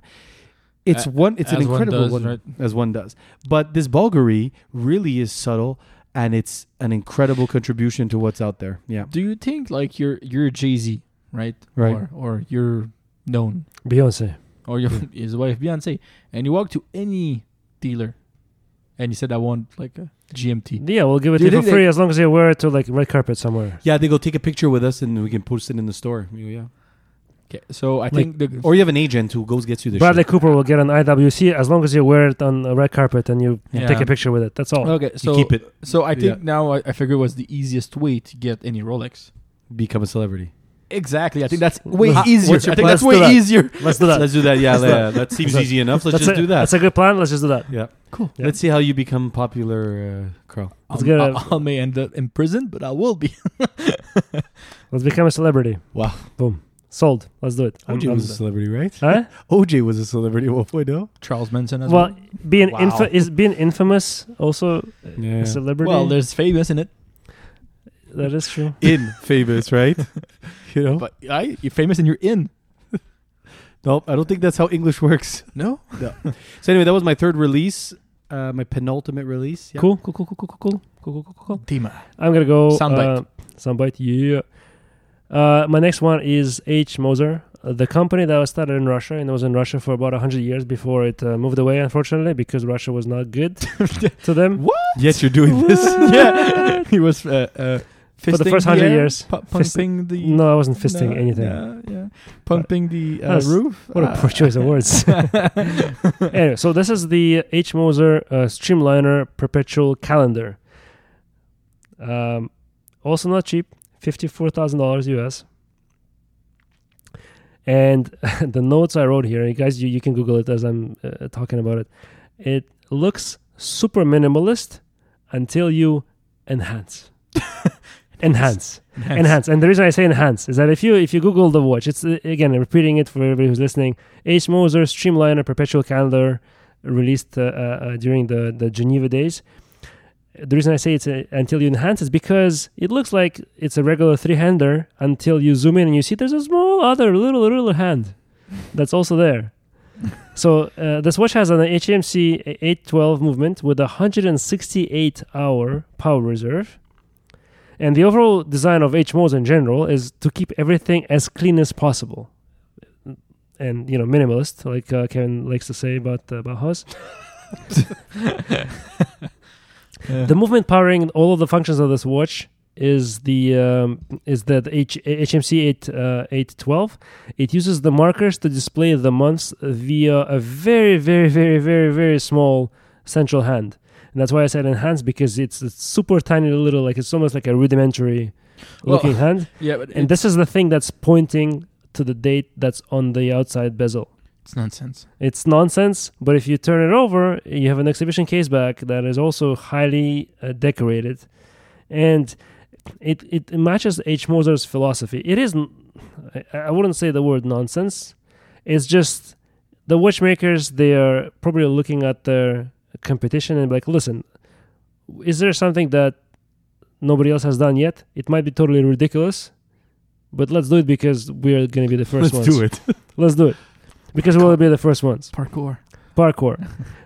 D: It's
C: A-
D: one. It's an
C: as one
D: incredible
C: does,
D: one,
C: right?
D: as one does. But this Bulgari really is subtle, and it's an incredible contribution to what's out there. Yeah,
C: Do you think like you're you're Jay Z, right?
D: Right.
C: Or, or you're known,
B: Beyonce.
C: or your his wife Beyonce, and you walk to any dealer, and you said I want like a GMT.
B: Yeah, we'll give it
D: Do
B: to
D: you
B: you for
D: think they-
B: free as long as you wear it to like red carpet somewhere.
D: yeah. They go take a picture with us, and we can post it in the store. Yeah,
C: Okay, so I think the
D: or you have an agent who goes gets you the.
B: Bradley
D: shit.
B: Cooper will get an IWC as long as you wear it on a red carpet and you
C: Yeah.
B: take a picture with it. That's all.
C: okay,
D: You
C: so
D: keep it.
C: so I think
D: Yeah.
C: now I, I figure it was the easiest way to get any Rolex.
D: Become a celebrity.
C: Exactly, I think that's
B: way
C: way
B: Ah, easier.
C: easier.
B: what's
C: I
B: your
C: think
B: plan?
C: that's
B: Let's do
C: way
B: that.
C: easier.
B: Let's do that.
D: Let's do that. Yeah,
B: Let's do
D: yeah, that seems
B: That's-
D: easy enough. Let's
B: That's
D: just
B: a-
D: do that.
B: That's a good plan. Let's just do that.
D: yeah.
C: Cool.
B: Yeah.
D: Let's see how you become popular. Uh, Carl.
B: Let's
C: I'll-
B: get
C: I'll-
B: a-
C: I may end up in prison, but I will be.
B: Let's become a celebrity.
D: Wow.
B: Boom. Sold. Let's do it. I'm-
D: OJ
B: I'm-
D: was a celebrity, right?
B: Huh?
D: OJ was a celebrity at one point, no?
C: Charles Manson as well.
B: Well, being
D: Wow.
B: infa- is being infamous also
D: Yeah.
B: a celebrity.
C: Well, there's famous in it,
B: that is true.
D: In famous, right? you know?
C: but I, you're famous and you're in.
D: nope, I don't think that's how English works.
C: No,
D: So anyway, that was my third release, uh, my penultimate release. Yeah.
B: Cool, cool, cool, cool, cool, cool, cool, cool, cool, cool, cool.
C: Dima.
B: I'm gonna go
C: Soundbite.
B: Uh, soundbite, yeah. Uh, my next one is H. Moser, uh, the company that was started in Russia and was in Russia for about 100 years before it uh, moved away, unfortunately, because Russia was not good to them.
D: Yes, you're doing this.
C: yeah, he was uh, uh, fisting
B: the first 100
C: air,
B: years.
C: pu-
B: Fist-
C: pumping the
B: No, I wasn't fisting
C: no,
B: anything.
C: no, yeah, pumping the uh,
B: That's-
C: roof.
B: What a
C: Uh,
B: poor choice of words. anyway, so this is the H. Moser uh, Streamliner Perpetual Calendar. Um, also not cheap, fifty-four thousand dollars US. And the notes I wrote here, you guys, you, you can Google it as I'm uh, talking about it. It looks super minimalist until you enhance, enhance
C: Enhance.
B: enhance. And the reason I say enhance is that if you if you Google the watch, it's uh, again I'm repeating it for everybody who's listening. H Moser Streamliner Perpetual Calendar released uh, uh, uh, during the the Geneva days. The reason I say it's a, until you enhance is because it looks like it's a regular three-hander until you zoom in and you see there's a small other little little hand that's also there. so uh, this watch has an HMC 812 movement with a 168 hour power reserve. And the overall design of HMOs in general is to keep everything as clean as possible, and you know minimalist, like uh, Kevin likes to say about uh, Bauhaus.
C: Yeah.
B: The movement powering all of the functions of this watch is the um, is that H- HMC eight uh, eight twelve. It uses the markers to display the months via a very very very very very small central hand. And that's why I said enhanced because it's a super tiny little, like it's almost like a rudimentary
C: Well,
B: looking hand.
C: yeah, but
B: And
C: it-
B: this is the thing that's pointing to the date that's on the outside bezel.
C: it's nonsense.
B: It's nonsense, but if you turn it over, you have an exhibition case back that is also highly uh, decorated. And it, it matches H. Moser's philosophy. It is, n- I, I wouldn't say the word nonsense. It's just the watchmakers, they are probably looking at their competition and be like, listen, is there something that nobody else has done yet? It might be totally ridiculous, but let's do it because we're going to be the 1st
D: Let's
B: ones.
D: do it.
B: Let's do it. Because we'll be the first ones.
C: Parkour.
B: parkour.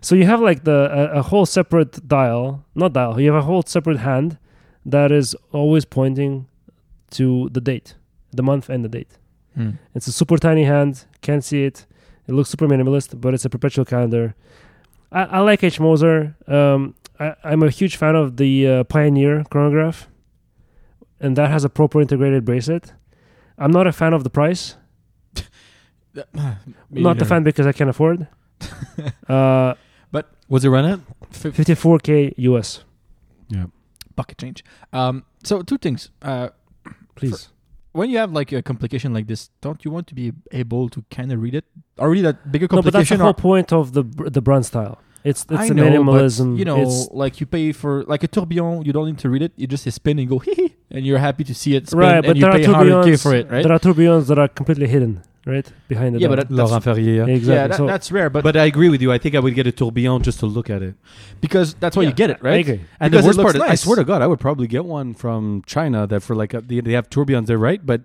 B: so you have like the a, a whole separate dial, not dial. You have a whole separate hand that is always pointing to the date, the month and the date.
C: Mm.
B: It's a super tiny hand, can't see it. It looks super minimalist, but it's a perpetual calendar. I, I like H. Moser. Um, I, I'm a huge fan of the uh, Pioneer chronograph, and that has a proper integrated bracelet. I'm not a fan of the price. not a fan because I can't afford. uh,
D: What's it run at?
C: F-
B: 54k US,
C: bucket change. Um, so two things. Uh,
B: please.
C: when you have like a complication like this, don't you want to be able to kind of read it? Already that bigger
B: no, but that's the
C: complication.
B: whole
C: or-
B: point of the br- the bronze style. It's it's
C: I
B: the
C: know,
B: minimalism.
C: But, you know,
B: it's,
C: like you pay for like a tourbillon, you don't need to read it. You just spin and go hee hee, and you're happy to see it spin,
B: Right,
C: and
B: but
C: you
B: there are
C: pay 100k
B: tourbillons-
C: for it, right?
B: there are tourbillons that are completely hidden, right behind the
C: Yeah, but
B: dial.
C: that- that's-
D: Laurent Ferrier.
B: Yeah, exactly.
C: yeah, that,
B: so,
C: that's rare, but,
D: But, I agree with you. I think I would get a tourbillon just to look at it.
C: because that's why
B: Yeah,
C: you get it,
B: I
C: right?
B: agree.
D: And
C: Because it
D: the worst
C: looks
D: part, is, I
C: nice.
D: swear to God, I would probably get one from China that for like a, they they have tourbillons there, right? But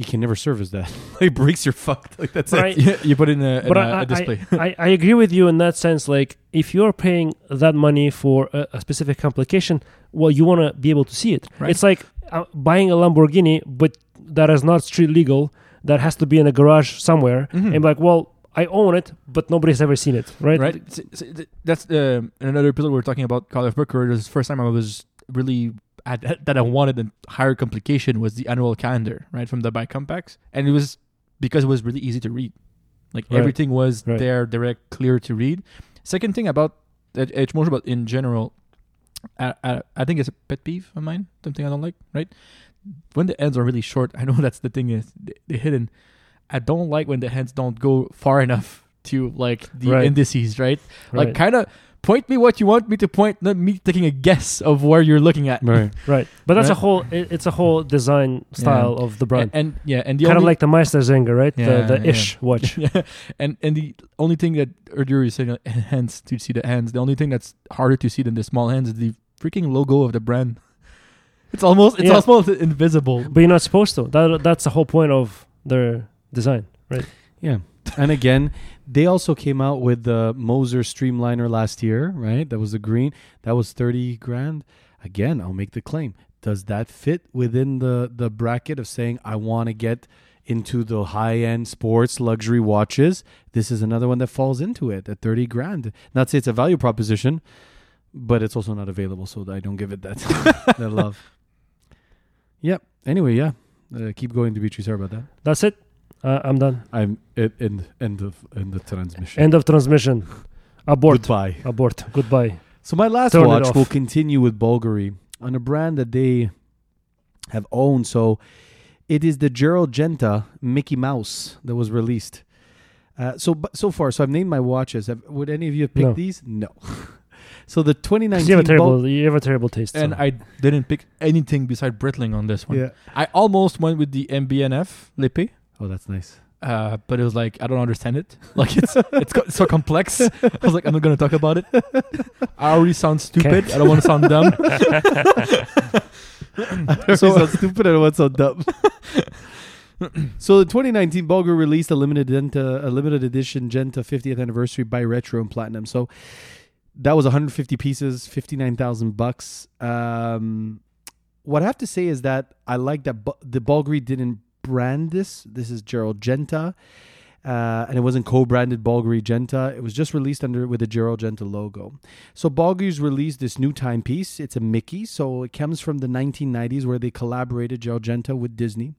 D: you can never service that. it breaks your fucked. Like that's
B: Right.
D: it.
C: Yeah, you put in a, in
B: But I-
C: a- a
B: I-
C: display.
B: I, I agree with you in that sense. Like, if you're paying that money for a, a specific complication, well, you want to be able to see it.
C: Right.
B: It's like uh, buying a Lamborghini, but that is not street legal. That has to be in a garage somewhere.
C: Mhm.
B: And like, well, I own it, but nobody's ever seen it, right?
C: right? S- s- th- that's uh, in another episode we were talking about Call of Booker. This is the first time I was really at, that I wanted a higher complication was the annual calendar, right, from the Buy Compacts, and it was because it was really easy to read. Like
B: Right.
C: everything was
B: Right.
C: there, direct, clear to read. Second thing about Edge Motion, but in general, I, I, I think it's a pet peeve of mine. Something I don't like, right? When the ends are really short, I know that's the thing is they- they're hidden. I don't like when the hands don't go far enough to like the
B: Right.
C: indices, right? Like,
B: Right.
C: kind of point me what you want me to point, not me taking a guess of where you're looking at.
D: Right.
B: right. But that's a
C: Right.
B: whole. It, it's a whole design style of the brand.
C: And, and- yeah, and the
B: kind of
C: only,
B: like the Meister Zinger, right?
C: Yeah,
B: the the
C: yeah.
B: ish watch.
C: and and the only thing that earlier you said uh, hands to see the hands. The only thing that's harder to see than the small hands is the freaking logo of the brand. It's almost it's
B: Yeah.
C: almost invisible.
B: But you're not supposed to. That that's the whole point of their design.
D: Yeah. And again, they also came out with the Moser Streamliner last year, right? That was the green. That was 30 grand. Again, I'll make the claim. Does that fit within the the bracket of saying I want to get into the high-end sports luxury watches? This is another one that falls into it at 30 grand. Not say it's a value proposition, but it's also not available, so I don't give it that that love. Yep. Anyway, yeah. Uh, keep going, Dimitri. Sorry about that.
B: That's it. Uh, I'm done.
D: I'm at end end of end of transmission.
B: End of transmission. Abort.
D: Goodbye.
B: Abort. Goodbye.
D: So my last
B: Turn it
D: watch
B: off.
D: will continue with Bulgari on a brand that they have owned. So it is the Gerald Genta Mickey Mouse that was released. Uh, so but so far, so I've named my watches. Have, would any of you have picked
B: No.
D: these? No. so the 2019
B: You have a terrible.
D: Bul-
B: you have a terrible taste.
C: And
B: so.
C: I didn't pick anything beside Britling on this one.
D: yeah.
C: I almost went with the MBNF Lippe.
D: Oh, that's nice.
C: Uh, but it was like I don't understand it. Like it's it's co- so complex. I was like I'm not gonna talk about it. I already sound stupid. I don't want to sound dumb.
D: so so stupid and what's so dumb. so the 2019 Bulgari released a limited Genta, a limited edition Genta 50th anniversary by Retro and Platinum. So that was 150 pieces, 59,000 bucks. Um, what I have to say is that I like that Bu- the Bulgari didn't brand this. This is Gerald Genta. Uh, and it wasn't co-branded Bulgari Genta. It was just released under with the Gerald Genta logo. So Bulgari's released this new timepiece. It's a Mickey, so it comes from the 1990s where they collaborated Gerald Genta with Disney,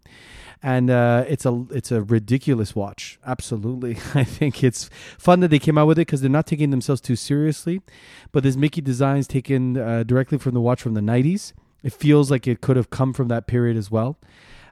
D: and uh, it's a it's a ridiculous watch. Absolutely, I think it's fun that they came out with it because they're not taking themselves too seriously. But this Mickey design's taken uh, directly from the watch from the 90s. It feels like it could have come from that period as well.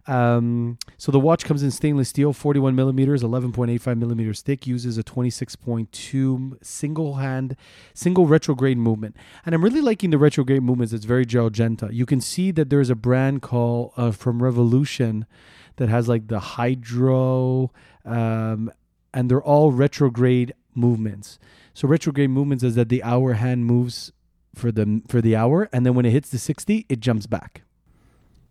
D: Um, so the watch comes in stainless steel, 41 millimeters, 11.85 millimeters thick, uses a 26.2 single hand, single retrograde movement. And I'm really liking the retrograde movements. It's very Gerald Genta. You can see that there is a brand call uh, from Revolution that has like the Hydro, um, and they're all retrograde movements. So retrograde movements is that the hour hand moves for the for the hour, and then when it hits the 60, it jumps back.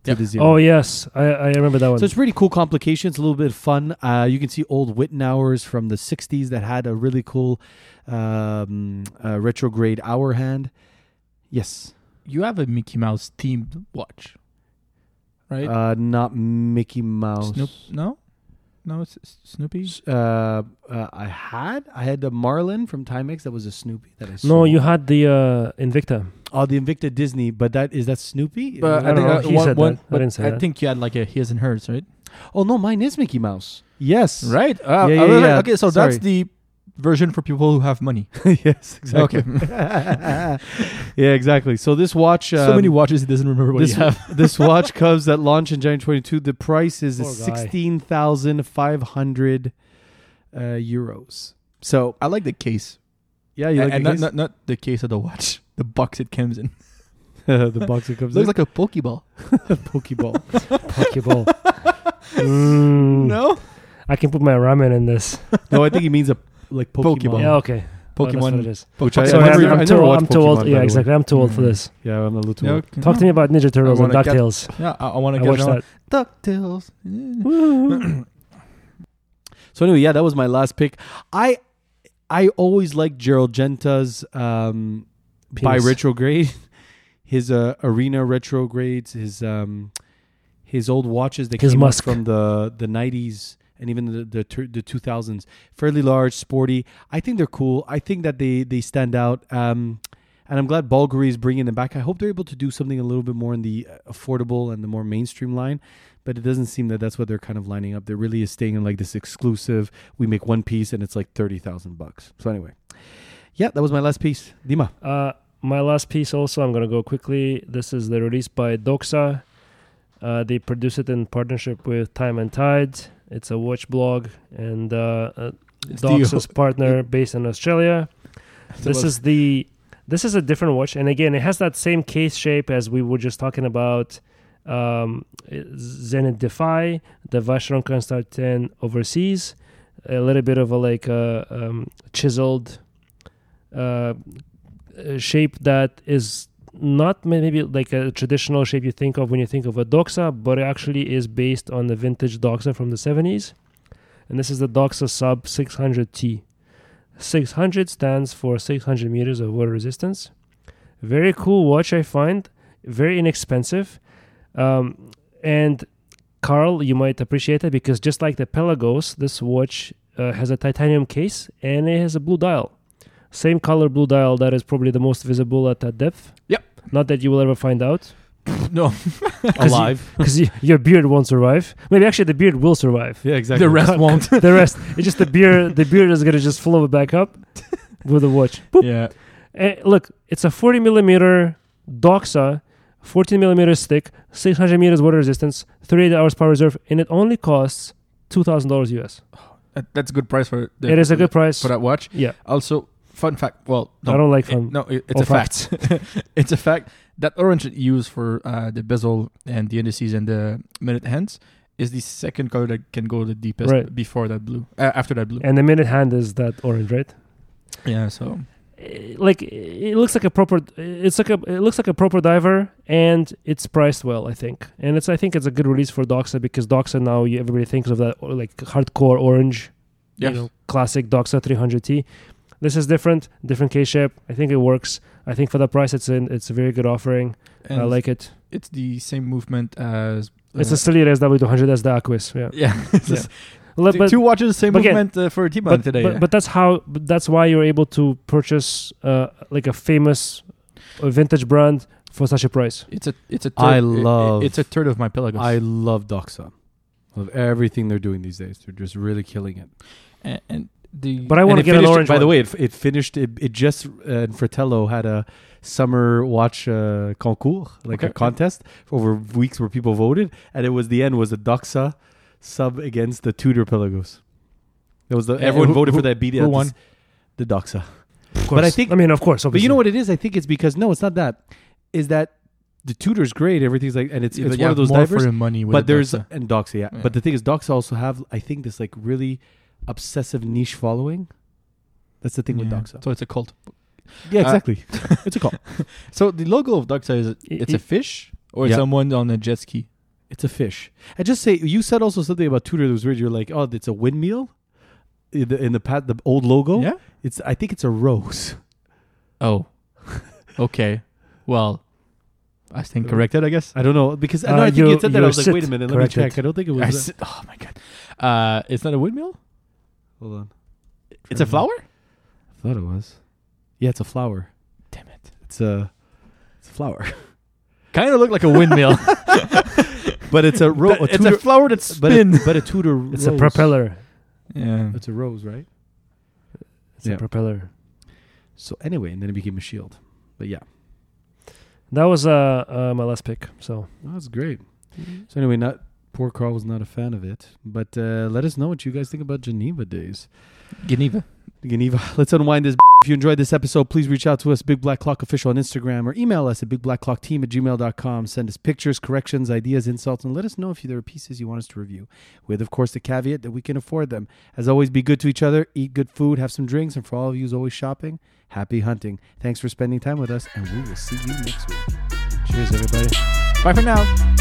D: to the zero.
B: Oh yes, I, I remember that one.
D: So it's really cool complications, a little bit of fun. Uh, you can see old Witten hours from the 60s that had a really cool um, uh, retrograde hour hand. Yes.
C: You have a Mickey Mouse themed watch, right?
D: Uh, not Mickey Mouse.
C: Snoop? No, no, it's it's Snoopy.
D: S- Uh, uh, I had I had the Marlin from Timex that was a Snoopy that I saw.
B: no, you had the uh, Invicta.
D: oh the Invicta Disney, but that is that Snoopy?
C: But
B: I
C: I
B: don't
C: think
B: know
C: uh,
B: if he
C: one-
B: said
C: one-
B: that. I
C: but
B: didn't say
C: I
B: that.
C: think you had like a his and hers, right?
D: oh no, mine is Mickey Mouse. Yes,
C: Right.
D: Yeah,
C: Uh,
D: yeah,
C: I was like,
D: yeah.
C: Okay, so
D: Sorry.
C: that's the version for people who have money.
D: yes, exactly. yeah, exactly. So this watch,
C: so
D: um,
C: many watches, he doesn't remember what
D: this,
C: you have.
D: this watch comes at launch in January 22. The price is
B: Poor guy.
D: 16,500 uh, euros. So,
C: I like the case,
D: yeah, you like
C: and
D: the,
C: not,
D: case?
C: not not the case of the watch, the box it comes in.
D: the box it comes
C: looks
D: in.
C: like a pokeball.
D: Pokeball.
B: Pokeball. Mm,
C: No,
B: I can put my ramen in this.
D: no, I think he means a like Pokemon.
C: Pokeball.
B: Yeah, okay. Oh, that's what
C: Pokemon.
B: it is.
D: Which I,
B: So
D: I
B: I'm,
D: never,
B: I'm
D: I
B: too,
D: never
B: old-
D: watched
B: I'm too old.
D: Pokemon, by the
B: Yeah,
D: way.
B: exactly. I'm too old for
C: Mhm.
B: this.
D: Yeah, I'm a little too
C: Yeah,
D: old.
C: okay.
B: Talk to me about Ninja Turtles and
C: wanna get-
B: DuckTales.
C: Yeah, I, want
B: I
C: to get
B: watched
C: on
B: that.
C: Ducktales.
D: So anyway, yeah, that was my last pick. I I always liked Gerald Genta's um, by
B: Penis.
D: retrograde, his uh, arena retrogrades, his um, his old watches that
B: His
D: came up
B: Musk.
D: from the the nineties and even the the tur- the two thousands. Fairly large, sporty. I think they're cool. I think that they they stand out. Um, and I'm glad Bulgari is bringing them back. I hope they're able to do something a little bit more in the uh, affordable and the more mainstream line but it doesn't seem that that's what they're kind of lining up. They're really staying in like this exclusive. We make one piece and it's like thirty thousand bucks. So anyway, yeah, that was my last piece. Dima,
B: Uh, my last piece also, I'm going to go quickly. This is the release by Doxa. Uh, they produce it in partnership with Time and Tide. It's a watch blog and uh, uh,
C: It's the-
B: Doxa's partner based in Australia. This is the this is a different watch, and again, it has that same case shape as we were just talking about. Um, Zenit Defy, the Vacheron Constant 10 overseas, a little bit of a like uh, um, chiseled uh, uh, shape that is not ma- maybe like a traditional shape you think of when you think of a doxa, but it actually is based on the vintage doxa from the 70s. And this is the doxa sub 600T. 600 stands for 600 meters of water resistance. Very cool watch, I find. Very inexpensive. Um, and Carl, you might appreciate it because just like the Pelagos, this watch uh, has a titanium case and it has a blue dial same color blue dial that is probably the most visible at that depth.
C: Yep.
B: Not that you will ever find out
C: no,
D: alive.
B: because your beard won't survive. Maybe actually the beard will survive.
D: yeah, exactly.
C: the rest won't.
B: the rest, it's just the beard. The beard is gonna just flow back up with the watch. Boop.
C: yeah,
B: Eh, look, it's a 40 millimeter Doxa, 14 millimeters thick, 600 meters water resistance, 38 hours power reserve, and it only costs two thousand dollars US.
C: That- Uh, that's a good price for. The,
B: it is a good price.
C: for that watch.
B: Yeah.
C: Also, fun fact. Well, no,
B: I don't like
C: it-
B: fun.
C: uh, no, it- it's
B: or
C: a fact. it's a fact that orange that you use for uh, the bezel and the indices and the minute hands is the second color that can go the deepest
B: Right.
C: before that blue. Uh, after that blue.
B: And the minute hand is that orange, right?
C: yeah. So
B: eh, like it looks like a proper it's like a it looks like a proper diver and it's priced well i think and it's i think it's a good release for doxa because doxa now you, everybody thinks of that or like hardcore orange
C: yeah.
B: you know classic doxa 300t this is different different case shape i think it works i think for the price it's in it's a very good offering
C: and
B: i like it
C: It's the same movement as. uh,
B: it's a silly sw200 as the aquis yeah,
C: yeah. it's the
B: Yeah.
C: s-
B: Le-
C: two- two watches, the same
B: but again-
C: movement uh, for t
B: but,
C: today.
B: but,
C: yeah.
B: but that's how but that's why you're able to purchase uh, like a famous uh, vintage brand for such a price
C: it's a it's a. Third,
D: I
C: it- it-
D: love-
C: It's a third of my pelagos.
D: I love Doxa. Love everything they're doing these days. They're just really killing it.
C: and, and the
B: But I
D: And
B: wanna
D: it
B: get an
D: finished-
B: orange
D: By the
B: one.
D: way, it, it finished. It, it just uh, Fratello had a summer watch uh, concours, like a
C: Okay.
D: contest over weeks where people voted, and it was the end was the Doxa sub against the Tudor Pelagos. That was the
C: And
D: everyone
C: who-
D: voted for
C: who-
D: that beat.
C: who won?
D: The Doxa.
B: Of course.
D: I think-
B: I mean, of course,
D: But
B: obviously.
D: you know what it is? I think it's because no, it's not that. Is that the Tudor's great? Everything's like, and it's
C: Yeah,
D: it's
C: but you
D: one
C: have
D: of those
C: more for
D: divers.
C: your money. With
D: But
C: the
D: there's
C: Doxa.
D: and Doxa, yeah.
C: Yeah.
D: But the thing is, Doxa also have I think this like really obsessive niche following. That's the thing with
C: Yeah.
D: Doxa.
C: So it's a cult.
D: Yeah,
C: Uh,
D: exactly. it's a call.
C: So the logo of Doxa is it-
B: I-
C: it's
B: I-
C: a fish or
D: Yeah.
C: someone on a jet ski.
D: It's a fish. I just say you said also something about Tudor that was weird. You're like, oh, it's a windmill in the in the pat the old logo.
C: Yeah.
D: It's I think it's a rose.
C: Oh. okay. Well, I stand corrected, I guess.
D: I don't know because I
B: Uh,
D: know I think you,
B: you-
D: said that. I
B: you're
D: was like, wait a
B: sit
D: minute, let
B: corrected.
D: me check. I don't think it was.
C: I
D: that.
C: s- oh my god. Uh, it's not a windmill.
D: Hold on,
C: It's a flower.
D: I thought it was. Yeah, it's a flower.
C: Damn it.
D: It's a it's a flower,
C: Kind of look like a windmill.
D: but it's a rose.
C: it's a flower that
D: but a,
C: spins.
D: but a Tudor.
B: It's a
D: rose.
B: propeller.
C: yeah.
D: It's a rose, right?
B: It's
D: Yeah.
B: a propeller.
D: So anyway, and then it became a shield. But yeah,
B: That was uh, uh my last pick. So
D: Oh, that's great. So anyway, not poor Carl was not a fan of it, but uh, let us know what you guys think about Geneva Days.
C: Geneva.
D: Geneva. Let's unwind this. If you enjoyed this episode, please reach out to us, Big Black Clock Official on Instagram, or email us at bigblackclockteam at gmail.com. Send us pictures, corrections, ideas, insults, and let us know if there are pieces you want us to review. With, of course, the caveat that we can afford them. As always, be good to each other, eat good food, have some drinks, and for all of you who's always shopping, happy hunting. Thanks for spending time with us, and we will see you next week.
B: cheers, everybody.
C: Bye for now.